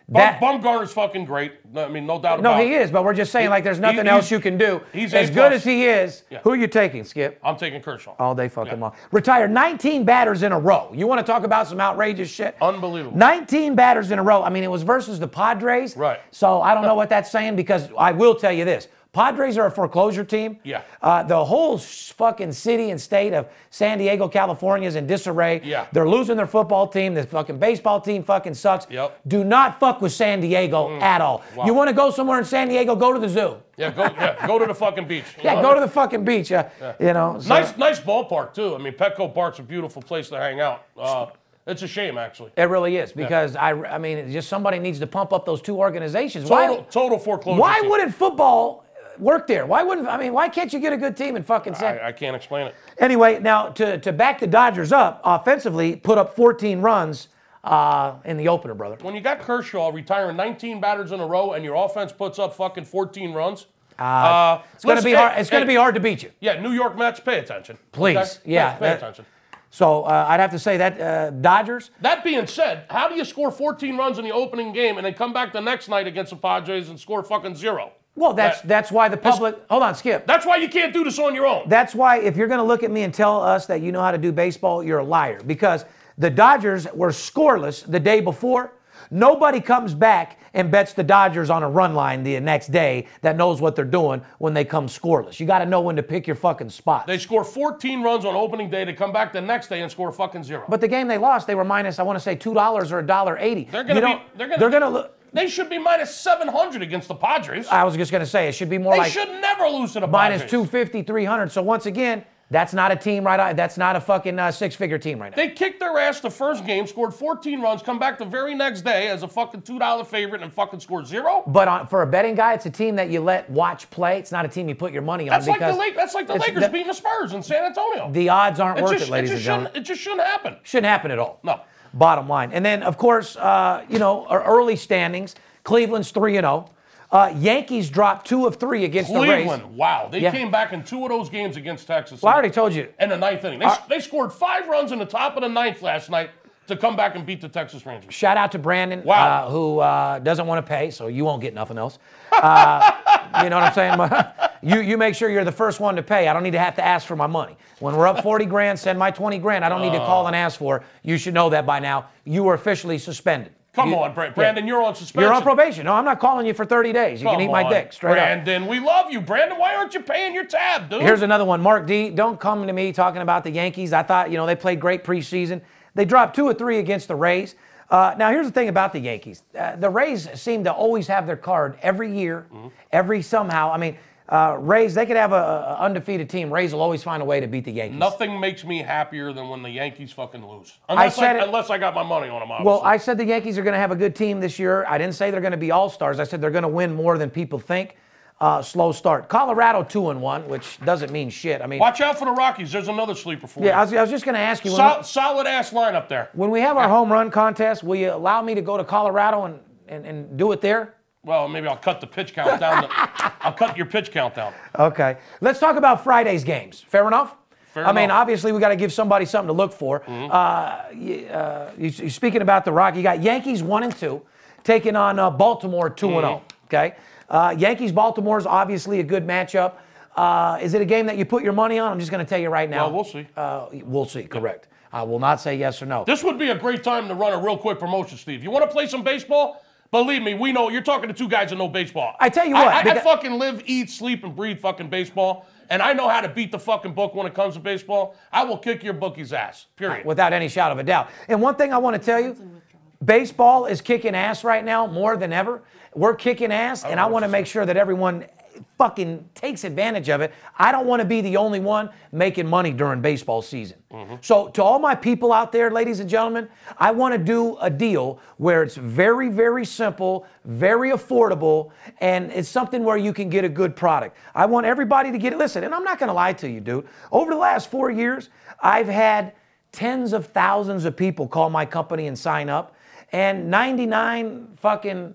C: That-
D: Bum, Bumgarner's fucking great. I mean, no doubt
C: No,
D: about it.
C: he is, but we're just saying like there's nothing
D: he-
C: else
D: he's-
C: you can do.
D: he's
C: as
D: A+.
C: good as he is.
D: Yeah.
C: Who are you taking, Skip?
D: I'm taking Kershaw.
C: All day fucking
D: Yeah.
C: long. Retired 19 batters in a row. You want to talk about some outrageous shit?
D: Unbelievable.
C: 19 batters in a row. I mean, it was versus the Padres.
D: Right.
C: So I don't know what that's saying because I will tell you this. Padres are a foreclosure team.
D: Yeah.
C: Uh, the whole sh- fucking city and state of San Diego, California is in disarray.
D: Yeah.
C: They're losing their football team. The fucking baseball team fucking sucks.
D: Yep. Mm.
C: Do not fuck with San Diego at all. You want to go somewhere in San Diego? Go to the zoo.
D: Yeah, go, yeah, go to the fucking beach.
C: Yeah, go to the fucking beach. Uh, You know. so-
D: Nice, nice ballpark too. I mean, Petco Park's a beautiful place to hang out. Uh, it's a shame, actually.
C: It really is because I, I mean, it's just somebody needs to pump up those two organizations.
D: Total,
C: why,
D: total foreclosure.
C: why
D: team.
C: wouldn't football uh, work there? Why wouldn't I mean? Why can't you get a good team in fucking San?
D: I, I can't explain it.
C: anyway, now to to back the Dodgers up offensively, put up 14 runs uh, in the opener, brother.
D: When you got Kershaw retiring 19 batters in a row and your offense puts up fucking 14 runs, uh,
C: It's gonna be hard. It's gonna be hard to beat you.
D: Yeah, New York Mets, pay attention.
C: Please, yeah,
D: Pay, pay
C: that-
D: attention.
C: So uh, I'd have to say that uh, Dodgers.
D: That being said, how do you score 14 runs in the opening game and then come back the next night against the Padres and score fucking zero?
C: Well, that's
D: That-
C: that's why the public. Hold on, Skip.
D: That's why you can't do this on your own.
C: That's why if you're going to look at me and tell us that you know how to do baseball, you're a liar because the Dodgers were scoreless the day before. Nobody comes back and bets the Dodgers on a run line the next day that knows what they're doing when they come scoreless. You got to know when to pick your fucking spot.
D: They score 14 runs on opening day to come back the next day and score fucking zero.
C: but the game they lost, they were minus I want to say two dollars or a dollar eighty.
D: They're gonna be- they're gonna-
C: They're gonna look.
D: they should be minus 700 against the Padres.
C: I was just gonna say it should be more
D: they
C: like
D: should never lose to the
C: minus
D: Padres.
C: 250, 300. So once again, that's not a team right. now. That's not a fucking uh, six-figure team right now.
D: They kicked their ass the first game, scored 14 runs, come back the very next day as a fucking $2 favorite and fucking scored zero?
C: But uh, on, for a betting guy, it's a team that you let watch play. It's not a team you put your money on
D: That's like the,
C: because
D: La- that's like the
C: it's-
D: Lakers
C: the-
D: beating the Spurs in San Antonio.
C: the odds aren't
D: it,
C: worth
D: just,
C: it, ladies
D: it,
C: and
D: just
C: gentlemen.
D: shouldn't, it just shouldn't happen.
C: Shouldn't happen at all.
D: No.
C: Bottom line, and then of course, uh, you know, our early standings. Cleveland's three and zero. Uh, Yankees dropped two of three against the Rays.
D: Cleveland, wow. They
C: Yeah.
D: came back in two of those games against Texas.
C: Well, I already told you.
D: in the ninth inning. They, they scored five runs in the top of the ninth last night to come back and beat the Texas Rangers.
C: Shout out to Brandon,
D: Wow.
C: uh, who uh, doesn't want to pay, so you won't get nothing else. Uh, <laughs> you know what I'm saying? <laughs> you you make sure you're the first one to pay. I don't need to have to ask for my money. When we're up 40 grand, send my 20 grand. I don't need to call
D: Oh.
C: and ask for. it. You should know that by now. You are officially suspended.
D: Come
C: You-
D: on, Bra- Brandon, you're on suspension.
C: You're on probation. No, I'm not calling you for 30 days. You
D: Come
C: can eat my
D: on,
C: dick straight up.
D: Brandon, we love you. Brandon, why aren't you paying your tab, dude?
C: Here's another one. Mark D, don't come to me talking about the Yankees. I thought, you know, they played great preseason. They dropped two or three against the Rays. Uh, now, here's the thing about the Yankees. Uh, the Rays seem to always have their card every year, every somehow. I mean, uh, Rays, they could have an undefeated team. Rays will always find a way to beat the Yankees.
D: Nothing makes me happier than when the Yankees fucking lose. Unless I,
C: said it-
D: unless I got my money on them, obviously.
C: Well, I said the Yankees are going to have a good team this year. I didn't say they're going to be all stars. I said they're going to win more than people think. Uh, slow start. Colorado two and one, which doesn't mean shit. I mean,
D: Watch out for the Rockies. There's another sleeper for
C: yeah, I
D: you.
C: was, I was just going to ask you. when-
D: Sol- solid ass lineup there.
C: When we have our home run contest, will you allow me to go to Colorado and, and, and do it there?
D: Well, maybe I'll cut the pitch count down. To,
C: <laughs>
D: I'll cut your pitch count down.
C: Okay. Let's talk about Friday's games. Fair enough?
D: Fair
C: I mean,
D: enough.
C: obviously, we got to give somebody something to look for. Uh, you, uh, you, you're speaking about the Rock, you got Yankees 1 and 2, taking on uh, Baltimore 2 and 0. Okay. Uh, Yankees Baltimore is obviously a good matchup. Uh, is it a game that you put your money on? I'm just going to tell you right now.
D: Oh, Well, we'll see.
C: Uh, we'll see. Correct. I will not say yes or no.
D: This would be a great time to run a real quick promotion, Steve. You want to play some baseball? Believe me, we know you're talking to two guys that know baseball.
C: I tell you what,
D: I, I
C: because-
D: fucking live, eat, sleep, and breathe fucking baseball, and I know how to beat the fucking book when it comes to baseball. I will kick your bookie's ass. Period.
C: without any shadow of a doubt. And one thing I want to tell you, baseball is kicking ass right now more than ever. We're kicking ass, and I want to make sure that everyone fucking takes advantage of it. I don't want to be the only one making money during baseball season. So to all my people out there, ladies and gentlemen, I want to do a deal where it's very very simple, very affordable, and it's something where you can get a good product. I want everybody to get it. Listen, and I'm not going to lie to you, dude. Over the last 4 years, I've had tens of thousands of people call my company and sign up, and 99 fucking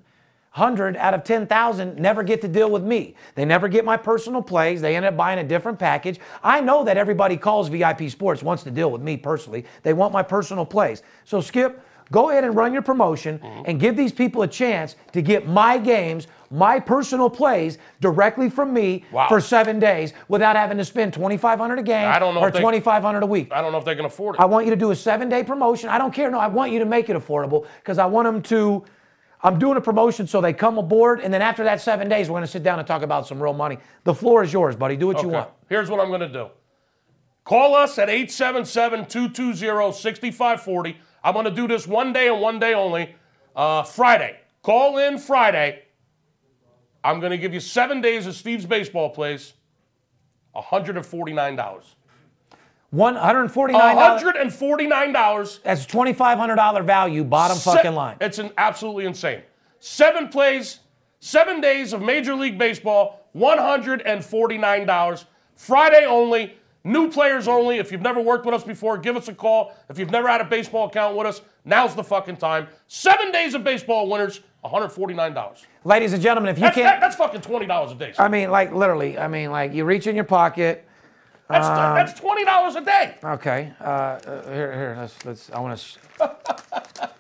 C: hundred out of 10,000 never get to deal with me. They never get my personal plays. They end up buying a different package. I know that everybody calls VIP Sports wants to deal with me personally. They want my personal plays. So, Skip, go ahead and run your promotion
D: Mm-hmm.
C: and give these people a chance to get my games, my personal plays directly from me
D: Wow.
C: for seven days without having to spend 2500 a game
D: I don't know
C: or
D: if they-
C: 2500 a week.
D: I don't know if they can afford it.
C: I want you to do a seven day promotion. I don't care. No, I want you to make it affordable because I want them to. I'm doing a promotion so they come aboard, and then after that seven days, we're going to sit down and talk about some real money. The floor is yours, buddy. Do what you
D: Okay.
C: want.
D: Here's what I'm going to do. Call us at 877-220-6540. I'm going to do this one day and one day only. Uh, Friday. Call in Friday. I'm going to give you seven days of Steve's baseball plays. $149.
C: One hundred forty-nine
D: Oh,
C: dollars.
D: $149.
C: That's twenty-five hundred dollar value, bottom
D: Se-
C: fucking line.
D: It's an absolutely insane. Seven plays, seven days of Major League Baseball, $149. Friday only, new players only. If you've never worked with us before, give us a call. If you've never had a baseball account with us, now's the fucking time. Seven days of baseball winners, $149.
C: Ladies and gentlemen, if you
D: That's, that-
C: can't, Um,
D: that's fucking $20 a day.
C: I mean, like literally, I mean, like you reach in your pocket.
D: That's, that's $20 a day.
C: Okay. Uh, uh, here, here. Let's. Let's. I want to. <laughs>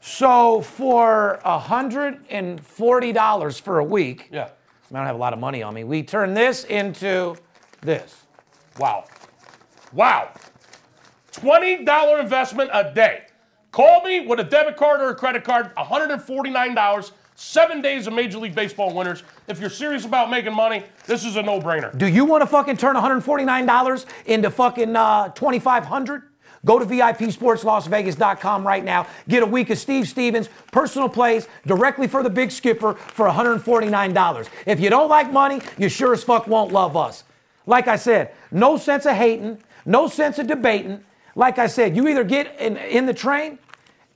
C: so for hundred and forty dollars for a week,
D: Yeah.
C: I don't have a lot of money on me. We turn this into this.
D: Wow. Wow. $20 investment a day. Call me with a debit card or a credit card, $149, seven days of Major League Baseball winners. If you're serious about making money, this is a no brainer.
C: Do you want to fucking turn one hundred forty-nine dollars into fucking uh, twenty-five hundred? Go to VIPSportsLasVegas.com right now. Get a week of Steve Stevens personal plays directly for the Big Skipper for $149. If you don't like money, you sure as fuck won't love us. Like I said, no sense of hating, no sense of debating. Like I said, you either get in, in the train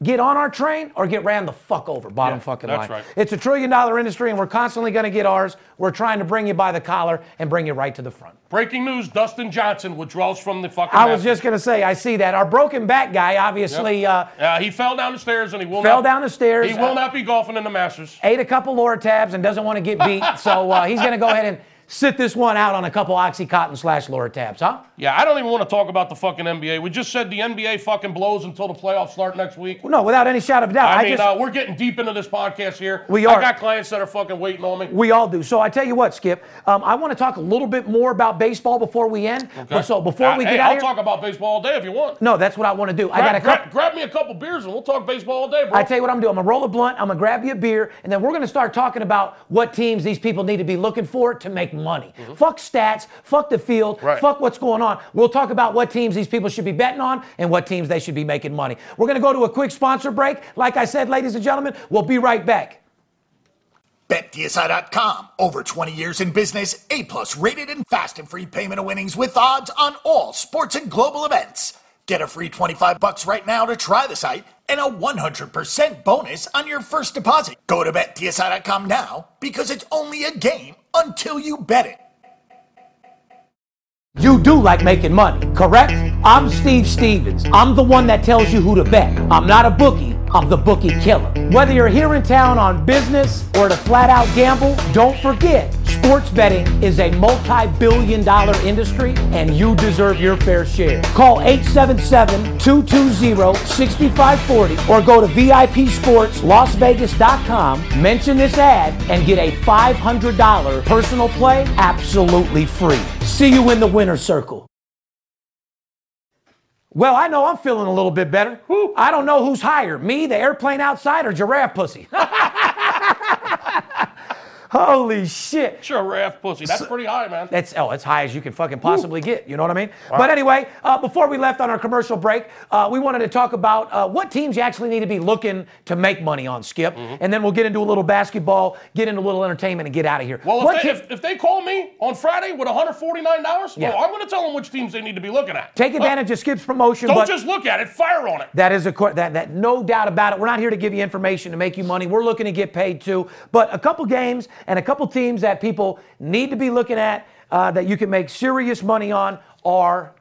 C: get on our train or get ran the fuck over. Bottom
D: Yeah,
C: fucking
D: that's
C: line.
D: right.
C: It's a trillion dollar industry, and we're constantly going to get ours. We're trying to bring you by the collar and bring you right to the front.
D: Breaking news: Dustin Johnson withdraws from the fucking.
C: I was
D: Masters.
C: just going to say, I see that. Our broken back guy, obviously. Uh,
D: Uh, he fell down the stairs and he will
C: Fell
D: not,
C: down the stairs.
D: He will
C: Uh,
D: not be golfing in the Masters.
C: ate a couple Laura tabs and doesn't want to get
D: <laughs>
C: beat, so uh, he's going to go ahead and sit this one out on a couple OxyContin slash Laura tabs, huh?
D: Yeah, I don't even want to talk about the fucking NBA. We just said the NBA fucking blows until the playoffs start next week.
C: No, without any shadow of a doubt.
D: I,
C: I,
D: mean,
C: just,
D: uh, we're getting deep into this podcast here.
C: We
D: I
C: are.
D: got clients that are fucking waiting on me.
C: we all do. So I tell you what, Skip, um, I want to talk a little bit more about baseball before we end. But so before
D: Uh,
C: we
D: hey,
C: get out
D: I'll
C: of here,
D: talk about baseball all day if you want.
C: no, that's what I want to do. I got
D: Grab,
C: a
D: grab,
C: couple.
D: grab me a couple beers and we'll talk baseball all day, bro.
C: I tell you what I'm doing. I'm gonna roll a blunt. I'm gonna grab you a beer, and then we're gonna start talking about what teams these people need to be looking for to make money. Fuck stats. Fuck the field.
D: Mm-hmm. Right.
C: Fuck what's going on. We'll talk about what teams these people should be betting on and what teams they should be making money. We're gonna go to a quick sponsor break. Like I said, ladies and gentlemen, we'll be right back.
E: BetDSI.com. Over 20 years in business, A plus rated and fast and free payment of winnings with odds on all sports and global events. Get a free 25 bucks right now to try the site and a 100% bonus on your first deposit. Go to BetDSI.com now because it's only a game until you bet it.
C: You do like making money, correct? I'm Steve Stevens. I'm the one that tells you who to bet. I'm not a bookie, I'm the bookie killer. Whether you're here in town on business or to flat out gamble, don't forget sports betting is a multi billion dollar industry and you deserve your fair share. Call 877 220 6540 or go to VIPSportsLasVegas.com, mention this ad, and get a $500 personal play absolutely free. See you in the winner circle. Well, I know I'm feeling a little bit better. I don't know who's higher, me, the airplane outside, or giraffe pussy. <laughs> Holy shit.
D: Giraffe pussy. That's pretty high, man.
C: That's oh, as high as you can fucking possibly get. You know what I mean? But anyway, uh, before we left on our commercial break, uh, we wanted to talk about uh, what teams you actually need to be looking to make money on, Skip,
D: Mm-hmm.
C: and then we'll get into a little basketball, get into a little entertainment, and get out of here.
D: well,
C: What
D: if they,
C: te-
D: if, if they call me on Friday with $149,
C: Yeah.
D: well, I'm going to tell them which teams they need to be looking at.
C: take advantage of Skip's promotion.
D: Don't
C: but-
D: just look at it. Fire on it.
C: That is a que- that that no doubt about it. We're not here to give you information to make you money. We're looking to get paid too. But a couple games and a couple teams that people need to be looking at uh, that you can make serious money on are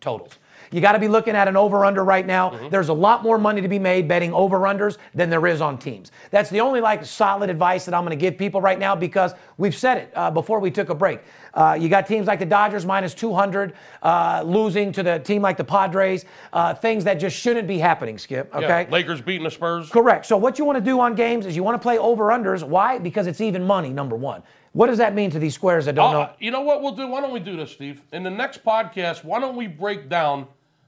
C: totals. You got to be looking at an over under right now. There's a lot more money to be made betting over unders than there is on teams. That's the only like solid advice that I'm going to give people right now because we've said it uh, before we took a break. Uh, you got teams like the Dodgers minus 200, uh, losing to the team like the Padres, uh, things that just shouldn't be happening, Skip.
D: Yeah,
C: Okay.
D: Lakers beating the Spurs.
C: Correct. So what you want to do on games is you want to play over unders. Why? Because it's even money, number one. What does that mean to these squares that don't
D: I'll-
C: know?
D: Oh, uh, You know what we'll do? Why don't we do this, Steve? In the next podcast, why don't we break down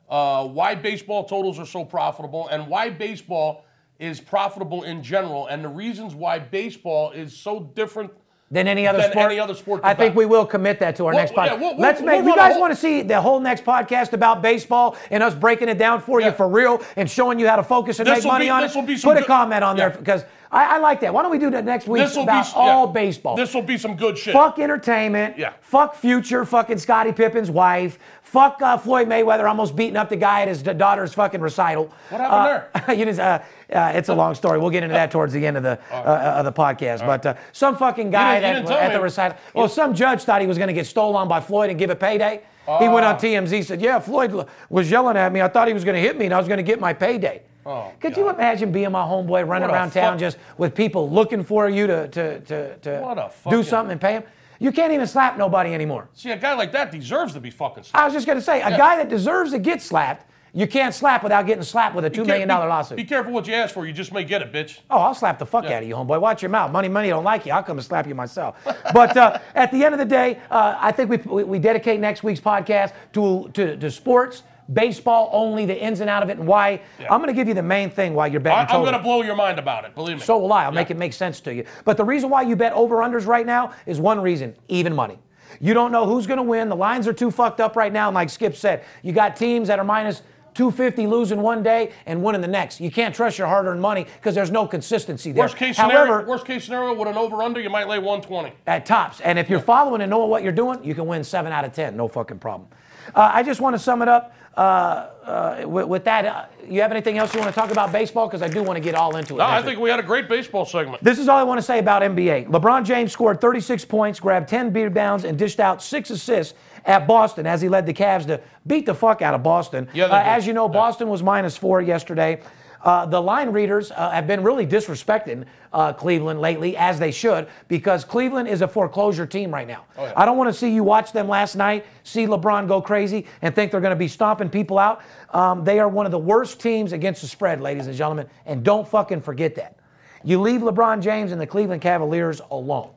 D: uh, why baseball totals are so profitable and why baseball is profitable in general and the reasons why baseball is so different.
C: than any other
D: than
C: sport.
D: any other sport
C: I think
D: combined.
C: we will commit that to our
D: Well,
C: next podcast.
D: yeah, we'll- we'll-
C: Let's make.
D: we'll
C: you
D: run a
C: guys
D: whole-
C: want to see the whole next podcast about baseball and us breaking it down for
D: Yeah.
C: you for real and showing you how to focus and
D: This
C: make
D: will
C: money
D: be-
C: on
D: this
C: it.
D: will be some
C: Put a
D: good-
C: comment on there
D: Yeah.
C: because I, I like that. Why don't we do that next week
D: This will be
C: about
D: s-
C: all
D: yeah.
C: baseball?
D: This will be some good shit.
C: Fuck entertainment.
D: Yeah.
C: Fuck future. Fucking Scottie Pippen's wife. Fuck uh, Floyd Mayweather almost beating up the guy at his da- daughter's fucking recital.
D: What happened
C: Uh, <laughs> you just, uh, uh, it's a long story. We'll get into that towards the
D: <laughs>
C: end of the uh, uh, of the podcast. But uh, some fucking
D: didn't- you
C: guy that
D: didn't
C: was
D: tell
C: at
D: me.
C: the recital. Well, some judge thought he was going to get stolen by Floyd and give a payday. He went
D: Ah.
C: on TMZ said, "Yeah, Floyd l- was yelling at me. I thought he was going to hit me, and I was going to get my payday."
D: Oh,
C: Could you
D: God.
C: imagine being my homeboy running
D: What a
C: around town
D: fuck-
C: just with people looking for you to to to, to
D: What a
C: do
D: fucking-
C: something and pay him? You can't even slap nobody anymore.
D: See, a guy like that deserves to be fucking slapped.
C: I was just going to say, a guy that deserves to get slapped, you can't slap without getting slapped with a two million dollar
D: be,
C: lawsuit.
D: Be careful what you ask for. You just may get it, bitch.
C: Oh, I'll slap the fuck out of you, homeboy. Watch your mouth. Money, money, don't like you. I'll come and slap you myself. But uh, at the end of the day, uh, I think we, we, we dedicate next week's podcast to, to, to sports, baseball only, the ins and out of it, and why. I'm going to give you the main thing why you're betting
D: I, am
C: total.
D: going to blow your mind about it. Believe me.
C: So will I. I'll
D: Yeah.
C: make it make sense to you. But the reason why you bet over unders right now is one reason even money. You don't know who's going to win. The lines are too fucked up right now. And like Skip said, you got teams that are minus 250 losing one day and winning the next. You can't trust your hard earned money because there's no consistency there.
D: worst case scenario.
C: However,
D: worst case scenario with an over under, you might lay 120.
C: at tops. And if you're following and knowing what you're doing, you can win seven out of 10. No fucking problem. Uh, I just want to sum it up. Uh, uh, with, with that, uh, you have anything else you want to talk about baseball? Because I do want to get all into it.
D: No, I
C: That's it.
D: think we had a great baseball segment.
C: This is all I want to say about NBA. LeBron James scored 36 points, grabbed 10 beatdowns, and dished out six assists at Boston as he led the Cavs to beat the fuck out of Boston.
D: Yeah, they
C: Uh,
D: did.
C: as you know, Boston was minus four yesterday. Uh, the line readers uh, have been really disrespecting uh, Cleveland lately, as they should, because Cleveland is a foreclosure team right now.
D: Oh, yeah.
C: I don't want to see you watch them last night, see LeBron go crazy, and think they're going to be stomping people out. Um, they are one of the worst teams against the spread, ladies and gentlemen, and don't fucking forget that. You leave LeBron James and the Cleveland Cavaliers alone.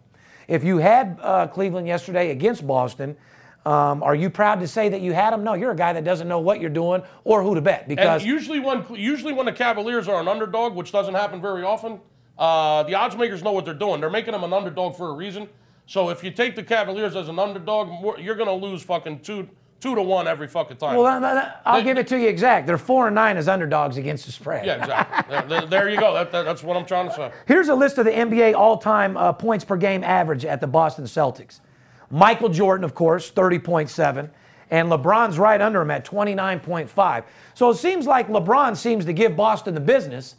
C: If you had uh, Cleveland yesterday against Boston, um, are you proud to say that you had them? No, you're a guy that doesn't know what you're doing or who to bet
D: And
C: because
D: usually when usually when the Cavaliers are an underdog, which doesn't happen very often, uh, the odds makers know what they're doing. They're making them an underdog for a reason. So if you take the Cavaliers as an underdog, more- you're gonna lose fucking two two to one every fucking time.
C: well, I- I- I'll
D: They-
C: give it to you exact. They're four and nine as underdogs against the spread.
D: yeah, exactly. <laughs> there, there- there you go. That, that- that's what I'm trying to say.
C: Here's a list of the NBA all time uh, points per game average at the Boston Celtics. Michael Jordan, of course, 30.7, and LeBron's right under him at 29.5. So it seems like LeBron seems to give Boston the business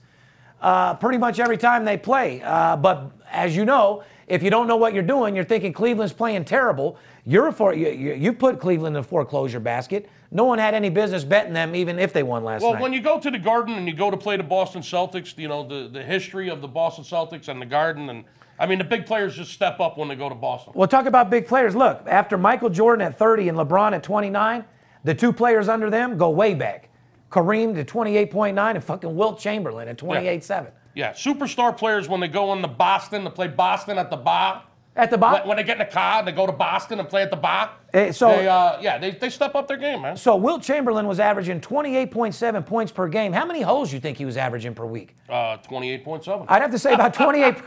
C: uh, pretty much every time they play. Uh, but as you know, if you don't know what you're doing, you're thinking Cleveland's playing terrible. You're a for, you, you, you put Cleveland in the foreclosure basket. No one had any business betting them, even if they won last
D: Well,
C: night.
D: when you go to the Garden and you go to play the Boston Celtics, you know the, the history of the Boston Celtics and the Garden, and I mean the big players just step up when they go to Boston.
C: Well, talk about big players. Look, after Michael Jordan at 30 and LeBron at 29, the two players under them go way back. Kareem to 28.9 and fucking Wilt Chamberlain at 28.7.
D: Yeah, superstar players when they go on to Boston to play Boston at the bar.
C: At the bottom.
D: When, when they get in a car, they go to Boston and play at the bar.
C: Eh, so-
D: they, uh, yeah, they, they step up their game, man.
C: so Wilt Chamberlain was averaging 28.7 points per game. How many holes you think he was averaging per week?
D: Uh, Twenty-eight point seven.
C: I'd have to say about 28. <laughs>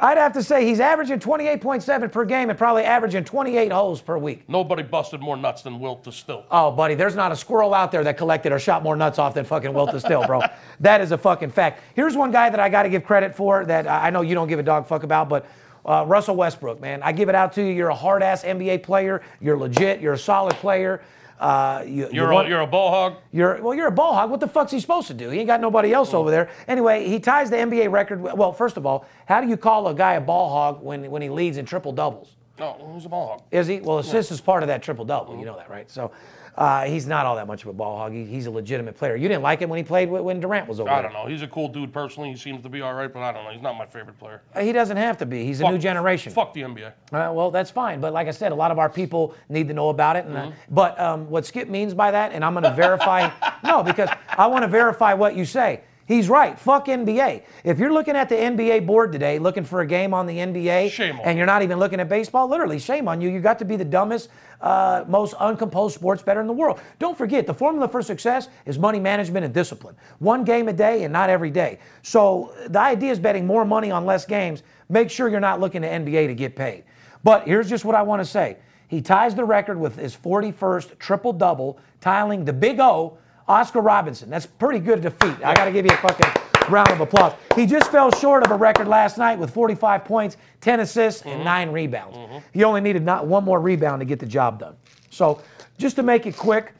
C: I'd have to say he's averaging 28.7 per game and probably averaging 28 holes per week.
D: Nobody busted more nuts than Wilt to still.
C: Oh, buddy, there's not a squirrel out there that collected or shot more nuts off than fucking Wilta
D: <laughs>
C: Still, bro. that is a fucking fact. Here's one guy that I got to give credit for that uh, I I know you don't give a dog fuck about, but uh, Russell Westbrook, man, I give it out to you. You're a hard ass NBA player. You're legit. You're a solid player. Uh, you,
D: you're
C: one-
D: a, you're a ball hog.
C: you're well, you're a ball hog. What the fuck's he supposed to do? He ain't got nobody else over there. Anyway, he ties the NBA record. Well, first of all, how do you call a guy a ball hog when when he leads in triple doubles?
D: No, who's a ball hog?
C: Is he? Well, assist is part of that triple double. You
D: Mm-hmm.
C: know that, right? So uh, he's not all that much of a ball hog. He, he's a legitimate player. You didn't like him when he played wi- when Durant was over.
D: I
C: there.
D: don't know. He's a cool dude personally. He seems to be all right, but I don't know. He's not my favorite player.
C: He doesn't have to be. He's a new generation.
D: Fuck the NBA.
C: Uh, well, that's fine. But like I said, a lot of our people need to know about it. And, uh,
D: Mm-hmm.
C: but um, what Skip means by that, and I'm going
D: <laughs>
C: to verify, no, because I want to verify what you say. He's right. Fuck NBA. If you're looking at the NBA board today, looking for a game on the NBA,
D: Shame on
C: and
D: you.
C: you're not even looking at baseball, literally, shame on you. You got to be the dumbest, uh, most uncomposed sports better in the world. Don't forget, the formula for success is money management and discipline. One game a day and not every day. So the idea is betting more money on less games. Make sure you're not looking to NBA to get paid. But here's just what I want to say. He ties the record with his 41st triple double, tiling the big O, Oscar Robinson. That's pretty good defeat. I got to give you a fucking round of applause. He just fell short of a record last night with 45 points, 10 assists, and nine rebounds. He only needed not one more rebound to get the job done. So, just to make it quick,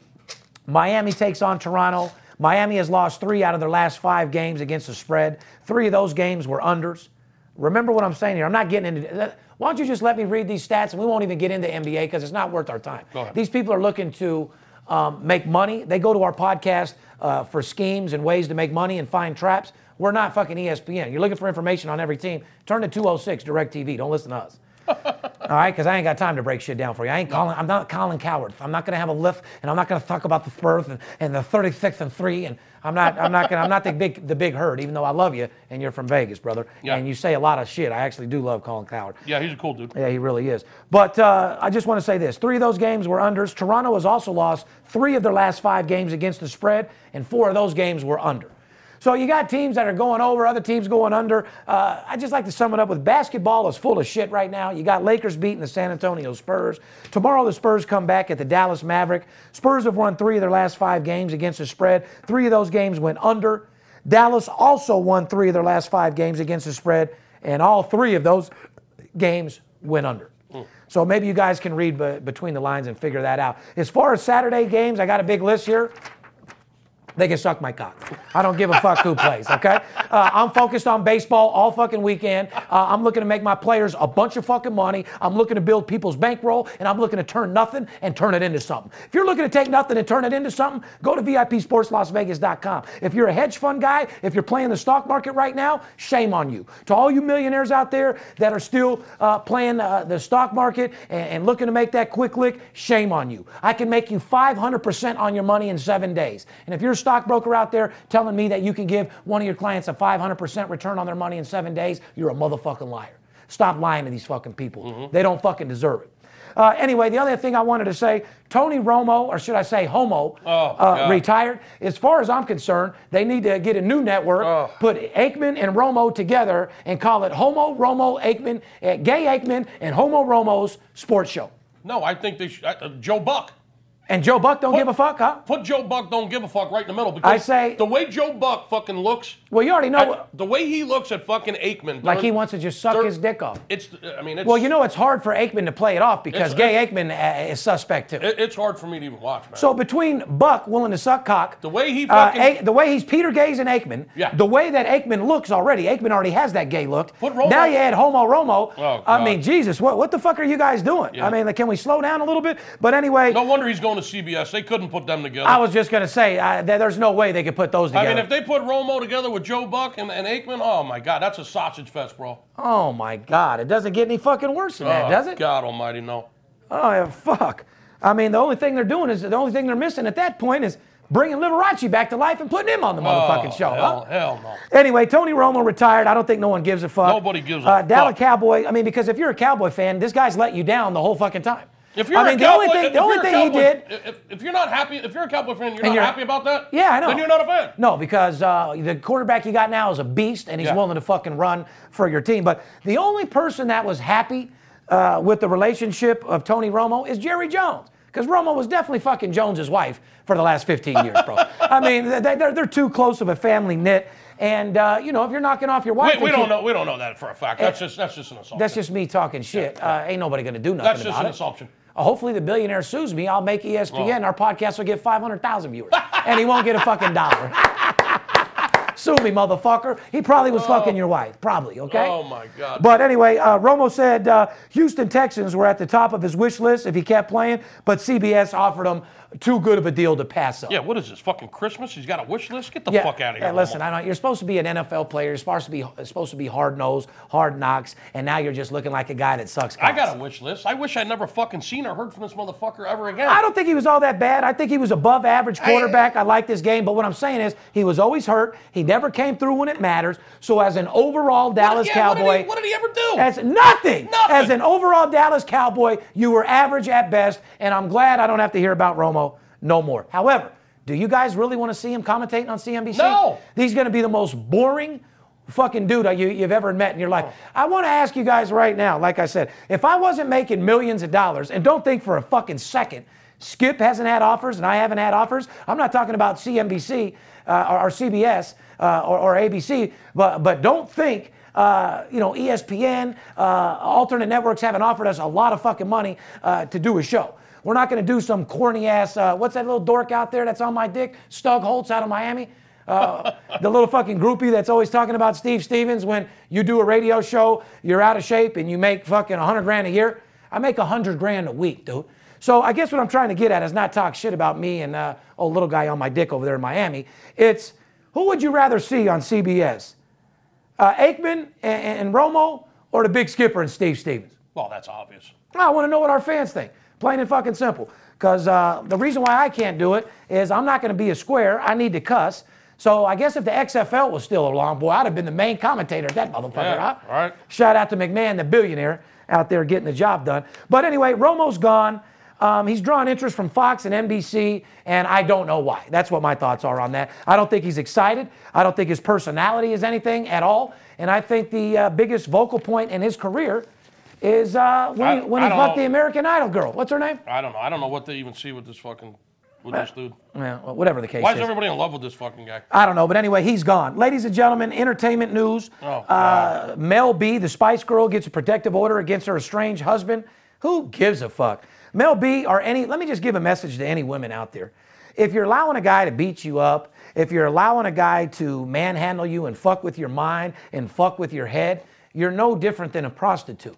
C: Miami takes on Toronto. Miami has lost three out of their last five games against the spread. Three of those games were unders. Remember what I'm saying here. I'm not getting into. Why don't you just let me read these stats and we won't even get into NBA because it's not worth our time.
D: ahead.
C: These people are looking to um, make money. They go to our podcast uh, for schemes and ways to make money and find traps. We're not fucking E ESPN. You're looking for information on every team. Turn to 206 DirecTV. Don't listen to us. All right, because I ain't got time to break shit down for you. I ain't calling. I'm not Colin Coward. I'm not gonna have a lift, and I'm not gonna talk about the Spurs and, and the 36 and three. And I'm not. I'm not gonna. I'm not the big the big herd. Even though I love you, and you're from Vegas, brother,
D: Yeah.
C: and you say a lot of shit. I actually do love Colin Coward.
D: Yeah, he's a cool dude.
C: Yeah, he really is. But uh, I just want to say this: three of those games were unders. Toronto has also lost three of their last five games against the spread, and four of those games were under. So you got teams that are going over, other teams going under. Uh, I just like to sum it up with basketball is full of shit right now. You got Lakers beating the San Antonio Spurs. Tomorrow the Spurs come back at the Dallas Maverick. Spurs have won three of their last five games against the spread. Three of those games went under. Dallas also won three of their last five games against the spread, and all three of those games went under. So maybe you guys can read be- between the lines and figure that out. As far as Saturday games, I got a big list here. They can suck my cock. I don't give a fuck who plays, okay? Uh, I'm focused on baseball all fucking weekend. Uh, I'm looking to make my players a bunch of fucking money. I'm looking to build people's bankroll, and I'm looking to turn nothing and turn it into something. If you're looking to take nothing and turn it into something, go to VIPSportsLasVegas.com. If you're a hedge fund guy, if you're playing the stock market right now, shame on you. To all you millionaires out there that are still uh, playing uh, the stock market and, and looking to make that quick lick, shame on you. I can make you 500% on your money in seven days. And if you're a stockbroker out there telling me that you can give one of your clients a 500% return on their money in seven days, you're a motherfucking liar. Stop lying to these fucking people. They don't fucking deserve it. Uh, anyway, the other thing I wanted to say Tony Romo, or should I say Homo, uh, retired. As far as I'm concerned, they need to get a new network,
D: Oh.
C: put Aikman and Romo together, and call it Homo Romo Aikman, uh, Gay Aikman, and Homo Romo's Sports Show.
D: No, I think they should. I, uh, Joe Buck.
C: And Joe Buck don't give a fuck, huh?
D: Put Joe Buck don't give a fuck right in the middle because
C: I say-
D: the way Joe Buck fucking looks,
C: Well, you already know,
D: I- the way he looks at fucking Aikman,
C: like
D: during-
C: he wants to just suck
D: during-
C: his dick off.
D: It's I mean, it's,
C: Well, you know, it's hard for Aikman to play it off
D: It's-
C: because Gay Aikman uh, is suspect too.
D: it- it's hard for me to even watch, man.
C: So between Buck willing to suck cock,
D: the way he
C: <laughs> Uh,
D: fucking
C: A- the way he's Peter Gaze and Aikman,
D: Yeah.
C: the way that Aikman looks already, Aikman already has that gay look.
D: Put Romo-
C: Now you add Homo Romo.
D: Oh,
C: I
D: God.
C: mean, Jesus, what, what the fuck are you guys doing? I mean, like, can we slow down a little bit? But anyway,
D: no wonder he's going to CBS. They couldn't put them together.
C: I was just going to say, I, there- there's no way they could put those
D: I
C: together.
D: mean, if they put Romo together with Joe Buck and, and Aikman, oh my God, that's a sausage fest, bro.
C: oh, my God. It doesn't get any fucking worse than that,
D: Oh,
C: does it?
D: God Almighty, no.
C: Oh, yeah, fuck. I mean, the only thing they're doing is the only thing they're missing at that point is bringing Liberace back to life and putting him on the motherfucking
D: Oh,
C: show.
D: Hell,
C: huh?
D: hell no.
C: Anyway, Tony Romo retired. I don't think no one gives a fuck.
D: Nobody gives a
C: uh, Dallas
D: fuck.
C: Cowboy. I mean, because if you're a Cowboy fan, this guy's let you down the whole fucking time.
D: If you're
C: I mean,
D: a
C: the
D: Cowboy,
C: only thing,
D: if
C: the only
D: you're a
C: thing he
D: Cowboy-
C: did.
D: if, if you're not happy, if you're a Cowboy fan, you're not
C: you're-
D: happy about that.
C: Yeah, I know.
D: Then you're not a fan.
C: No, because uh, the quarterback you got now is a beast, and he's
D: Yeah.
C: willing to fucking run for your team. But the only person that was happy uh, with the relationship of Tony Romo is Jerry Jones. Because Romo was definitely fucking Jones's wife for the last 15 years,
D: <laughs>
C: bro. I mean, they- they're, they're too close of a family knit. And, uh, you know, if you're knocking off your wife.
D: Wait, we
C: and
D: don't
C: keep-
D: know. We don't know that for a fact. That's just that's just an assumption.
C: Eh, That's just me talking shit. Uh, ain't nobody going to do nothing
D: That's
C: about
D: just an
C: it.
D: assumption.
C: Uh, Hopefully the billionaire sues me. I'll make E ESPN.
D: Oh.
C: Our podcast will get 500,000 viewers. and he won't get a
D: <laughs>
C: fucking dollar. Sue me, motherfucker. He probably was fucking your wife. Probably, okay?
D: Oh my God.
C: But anyway, uh, Romo said uh, Houston Texans were at the top of his wish list if he kept playing, but CBS offered him too good of a deal to pass up.
D: yeah, what is this fucking Christmas? He's got a wish list. Get the
C: Yeah.
D: fuck out of here.
C: Hey, listen,
D: Romo.
C: I know you're supposed to be an NFL player. You're supposed to be supposed to be hard nosed, hard knocks, and now you're just looking like a guy that sucks.
D: I
C: cocks.
D: got a wish list. I wish I'd never fucking seen or heard from this motherfucker ever again.
C: I don't think he was all that bad. I think he was above average quarterback. I like this game, but what I'm saying is he was always hurt. He never came through when it matters. So as an overall Dallas
D: yeah, what did he-
C: Cowboy,
D: what did he ever do?
C: As nothing.
D: Nothing.
C: As an overall Dallas Cowboy, you were average at best, and I'm glad I don't have to hear about Romo no more. However, do you guys really want to see him commentating on CNBC?
D: No.
C: He's going to be the most boring fucking dude you, you've ever met in your life. I want to ask you guys right now, like I said, if I wasn't making millions of dollars, and don't think for a fucking second, Skip hasn't had offers and I haven't had offers. I'm not talking about CNBC uh, or, or CBS uh, or, or ABC, but, but don't think. Uh, you know, ESPN, uh, alternate networks haven't offered us a lot of fucking money uh, to do a show. We're not going to do some corny ass. Uh, what's that little dork out there that's on my dick? Stug Holtz out of Miami. Uh, <laughs> the little fucking groupie that's always talking about Steve Stevens when you do a radio show, you're out of shape and you make fucking 100 grand a year. I make 100 grand a week, dude. So I guess what I'm trying to get at is not talk shit about me and uh, old little guy on my dick over there in Miami. It's who would you rather see on CBS? Uh, Aikman and, and Romo or the big skipper and Steve Stevens?
D: Well, that's obvious.
C: I want to know what our fans think. Plain and fucking simple. Because uh, the reason why I can't do it is I'm not going to be a square. I need to cuss. So I guess if the XFL was still along, boy, I'd have been the main commentator of that motherfucker.
D: Yeah,
C: huh?
D: right.
C: Shout out to McMahon, the billionaire, out there getting the job done. But anyway, Romo's gone. Um, he's drawn interest from Fox and NBC, and I don't know why. That's what my thoughts are on that. I don't think he's excited. I don't think his personality is anything at all. And I think the uh, biggest vocal point in his career is uh, when
D: I-
C: he, when
D: I
C: he
D: don't
C: fucked
D: know.
C: the American Idol girl. What's her name?
D: I don't know. I don't know what they even see with this fucking with this dude.
C: Yeah, well, whatever the case
D: Why is
C: is.
D: everybody in love with this fucking guy?
C: I don't know, but anyway, he's gone. Ladies and gentlemen, entertainment news.
D: Oh,
C: uh, Mel B, the Spice Girl, gets a protective order against her estranged husband. Who gives a fuck? Mel B, or any, let me just give a message to any women out there. If you're allowing a guy to beat you up, if you're allowing a guy to manhandle you and fuck with your mind and fuck with your head, you're no different than a prostitute.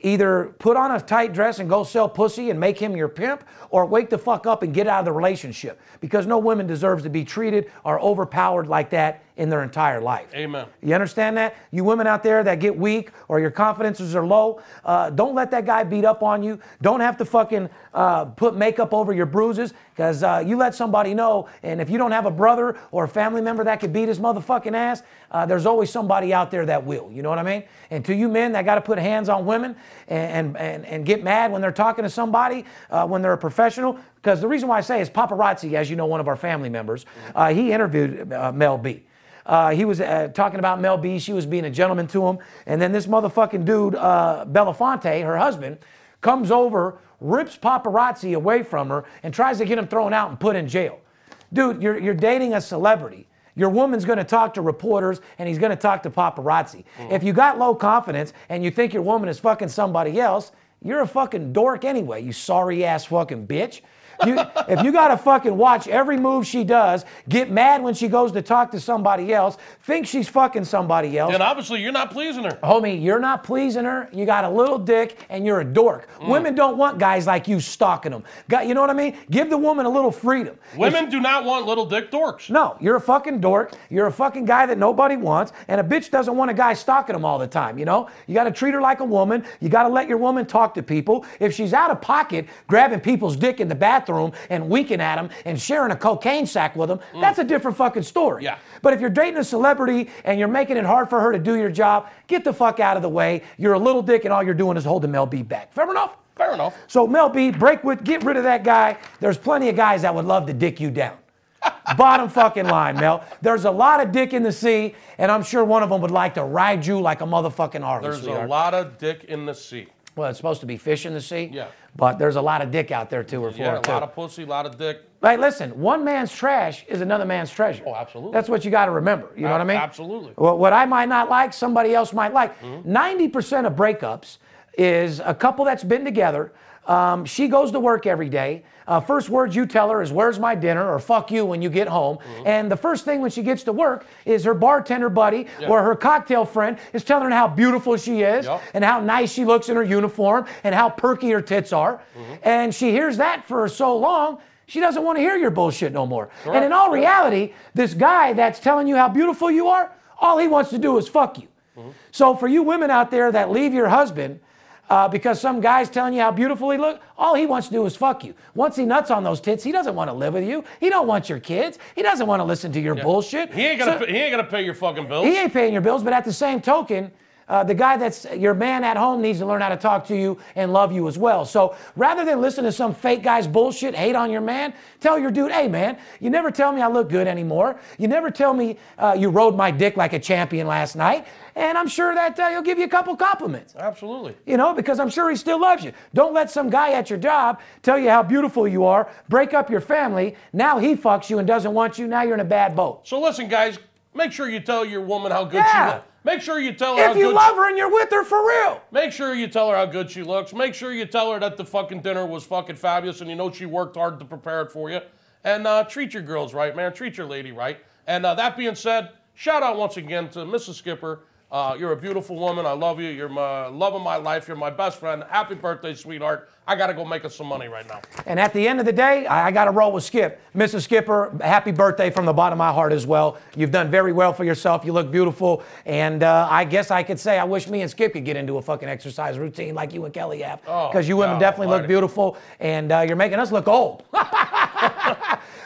C: Either put on a tight dress and go sell pussy and make him your pimp, or wake the fuck up and get out of the relationship because no woman deserves to be treated or overpowered like that in their entire life.
D: Amen.
C: You understand that? You women out there that get weak or your confidences are low, uh, don't let that guy beat up on you. Don't have to fucking uh, put makeup over your bruises because uh, you let somebody know. And if you don't have a brother or a family member that could beat his motherfucking ass, uh, there's always somebody out there that will. You know what I mean? And to you men that got to put hands on women and, and, and, and get mad when they're talking to somebody, uh, when they're a professional, because the reason why I say is paparazzi, as you know, one of our family members, uh, he interviewed uh, Mel B. Uh, he was uh, talking about Mel B. She was being a gentleman to him. And then this motherfucking dude, uh, Belafonte, her husband, comes over, rips paparazzi away from her, and tries to get him thrown out and put in jail. Dude, you're, you're dating a celebrity. Your woman's going to talk to reporters and he's going to talk to paparazzi. If you got low confidence and you think your woman is fucking somebody else, you're a fucking dork anyway, you sorry ass fucking bitch. You, if you gotta fucking watch every move she does, get mad when she goes to talk to somebody else, think she's fucking somebody else,
D: And obviously, you're not pleasing her.
C: homie, you're not pleasing her. You got a little dick and you're a dork. Women don't want guys like you stalking them. Got, you know what I mean? Give the woman a little freedom.
D: Women do not want little dick dorks.
C: No, you're a fucking dork. You're a fucking guy that nobody wants, and a bitch doesn't want a guy stalking them all the time, you know? You gotta treat her like a woman. You gotta let your woman talk to people. If she's out of pocket, grabbing people's dick in the bathroom and winking at them and sharing a cocaine sack with them, that's a different fucking story.
D: Yeah.
C: But if you're dating a celebrity and you're making it hard for her to do your job, get the fuck out of the way. You're a little dick, and all you're doing is holding Mel B back. Fair enough?
D: Fair enough.
C: So Mel B, break with, get rid of that guy. There's plenty of guys that would love to dick
D: <laughs>
C: you down. Bottom fucking line, Mel. There's a lot of dick in the sea, and I'm sure one of them would like to ride you like a motherfucking Harley.
D: There's a
C: sweetheart.
D: lot of dick in the sea.
C: Well, it's supposed to be fish in the sea.
D: Yeah.
C: But there's a lot of dick out there too, or for
D: Yeah,
C: her,
D: a
C: too.
D: lot of pussy, a lot of dick.
C: Like, listen, one man's trash is another man's treasure.
D: Oh, absolutely.
C: That's what you got to remember. You know what I mean?
D: Absolutely.
C: What, what I might not like, somebody else might like. 90% of breakups is a couple that's been together. Um, she goes to work every day. Uh, first words you tell her is, Where's my dinner? or Fuck you when you get home. And the first thing when she gets to work is her bartender buddy or her cocktail friend is telling her how beautiful she is
D: Yep.
C: and how nice she looks in her uniform and how perky her tits are.
D: Mm-hmm.
C: And she hears that for so long, she doesn't want to hear your bullshit no more. And in all reality, this guy that's telling you how beautiful you are, all he wants to do is fuck you.
D: Mm-hmm.
C: So for you women out there that leave your husband uh, because some guy's telling you how beautiful he look, all he wants to do is fuck you. Once he nuts on those tits, he doesn't want to live with you. He don't want your kids. He doesn't want to listen to your bullshit.
D: He ain't gonna
C: So-
D: pay, he ain't gonna pay your fucking bills.
C: he ain't paying your bills, but at the same token, uh, the guy that's your man at home needs to learn how to talk to you and love you as well. So rather than listen to some fake guy's bullshit, hate on your man, tell your dude, hey man, you never tell me I look good anymore. You never tell me uh, you rode my dick like a champion last night. And I'm sure that uh, he'll give you a couple compliments
D: Absolutely.
C: you know, because I'm sure he still loves you. Don't let some guy at your job tell you how beautiful you are, break up your family. Now he fucks you and doesn't want you. Now you're in a bad boat.
D: So listen, guys, make sure you tell your woman how good
C: Yeah.
D: she looks. Make sure you tell her how
C: If you
D: good
C: love her and you're with her for real.
D: she, Make sure you tell her how good she looks. Make sure you tell her that the fucking dinner was fucking fabulous and you know she worked hard to prepare it for you. And uh, treat your girls right, man. Treat your lady right. And uh, that being said, shout out once again to Mrs. Skipper. Uh, you're a beautiful woman. I love you. You're my love of my life. You're my best friend. Happy birthday, sweetheart. I gotta go make us some money right now.
C: And at the end of the day, I, I got to roll with Skip. Mrs. Skipper, happy birthday from the bottom of my heart as well. You've done very well for yourself. You look beautiful. And uh, I guess I could say I wish me and Skip could get into a fucking exercise routine like you and Kelly have. Because you women
D: Oh, God
C: definitely look
D: almighty.
C: beautiful. And uh, you're making us look old.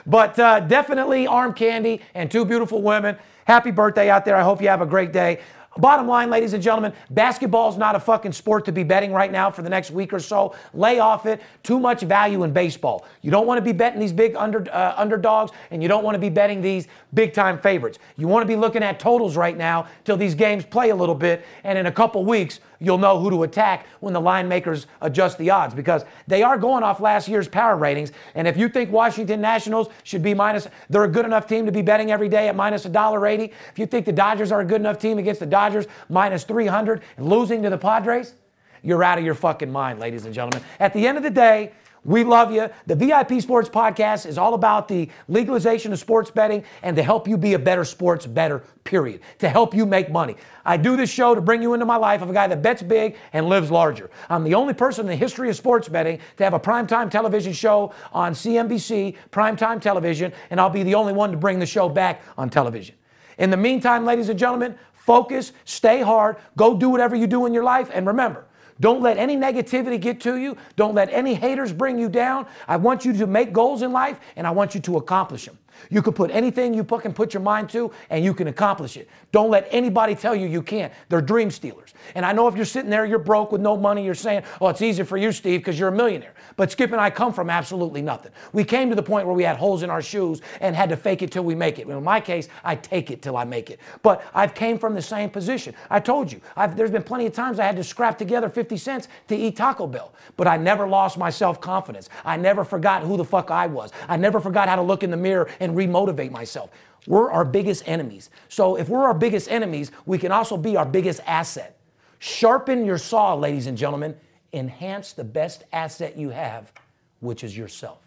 C: But uh, definitely arm candy and two beautiful women. Happy birthday out there. I hope you have a great day. Bottom line, ladies and gentlemen, basketball's not a fucking sport to be betting right now for the next week or so. Lay off it. Too much value in baseball. You don't want to be betting these big under, uh, underdogs, and you don't want to be betting these big time favorites. You want to be looking at totals right now till these games play a little bit, and in a couple weeks, you'll know who to attack when the line makers adjust the odds because they are going off last year's power ratings. And if you think Washington Nationals should be minus, they're a good enough team to be betting every day at minus $1.80. If you think the Dodgers are a good enough team against the Dodgers, minus 300 and losing to the Padres, you're out of your fucking mind, ladies and gentlemen. At the end of the day, we love you. The VIP Sports Podcast is all about the legalization of sports betting and to help you be a better sports better, period. To help you make money. I do this show to bring you into my life of a guy that bets big and lives larger. I'm the only person in the history of sports betting to have a primetime television show on CNBC, primetime television, and I'll be the only one to bring the show back on television. In the meantime, ladies and gentlemen, focus, stay hard, go do whatever you do in your life, and remember, don't let any negativity get to you. Don't let any haters bring you down. I want you to make goals in life and I want you to accomplish them. You can put anything you fucking put your mind to and you can accomplish it. Don't let anybody tell you you can't. They're dream stealers. And I know if you're sitting there, you're broke with no money, you're saying, oh, it's easy for you, Steve, because you're a millionaire. But Skip and I come from absolutely nothing. We came to the point where we had holes in our shoes and had to fake it till we make it. In my case, I take it till I make it. But I've came from the same position. I told you, I've, there's been plenty of times I had to scrap together 50 cents to eat Taco Bell. But I never lost my self-confidence. I never forgot who the fuck I was. I never forgot how to look in the mirror and remotivate myself. We're our biggest enemies. So if we're our biggest enemies, we can also be our biggest asset. Sharpen your saw, ladies and gentlemen. Enhance the best asset you have, which is yourself.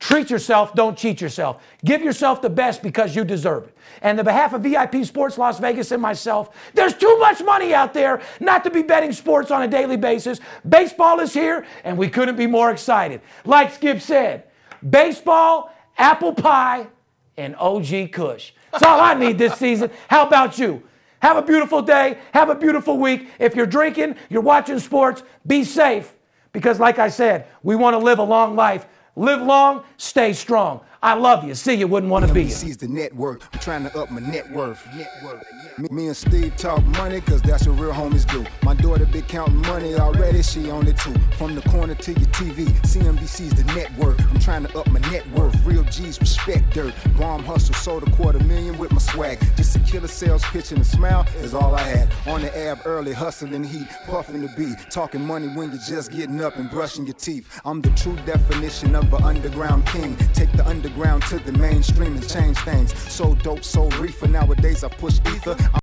C: Treat yourself, don't cheat yourself. Give yourself the best because you deserve it. And the behalf of VIP Sports Las Vegas and myself, there's too much money out there not to be betting sports on a daily basis. Baseball is here, and we couldn't be more excited. Like Skip said, baseball apple pie, and OG Kush. That's all I need this season. How about you? Have a beautiful day. Have a beautiful week. If you're drinking, you're watching sports, be safe. Because, like I said, we want to live a long life. Live long, stay strong. I love you. See you, wouldn't want to be you.
B: MVC's the network. I'm trying to up my net worth. Me, me and Steve talk money, cause that's what real homies do. My daughter been counting money already, she on it too. From the corner to your TV, CNBC's the network. I'm trying to up my net worth. Real G's respect dirt. Bomb hustle, sold a quarter million with my swag. Just a killer sales pitch and a smile is all I had. On the ab early, hustling heat, puffing the beat. Talking money when you're just getting up and brushing your teeth. I'm the true definition of an underground king. Take the underground to the mainstream and change things. So dope, so reefer. Nowadays I push ether. I'm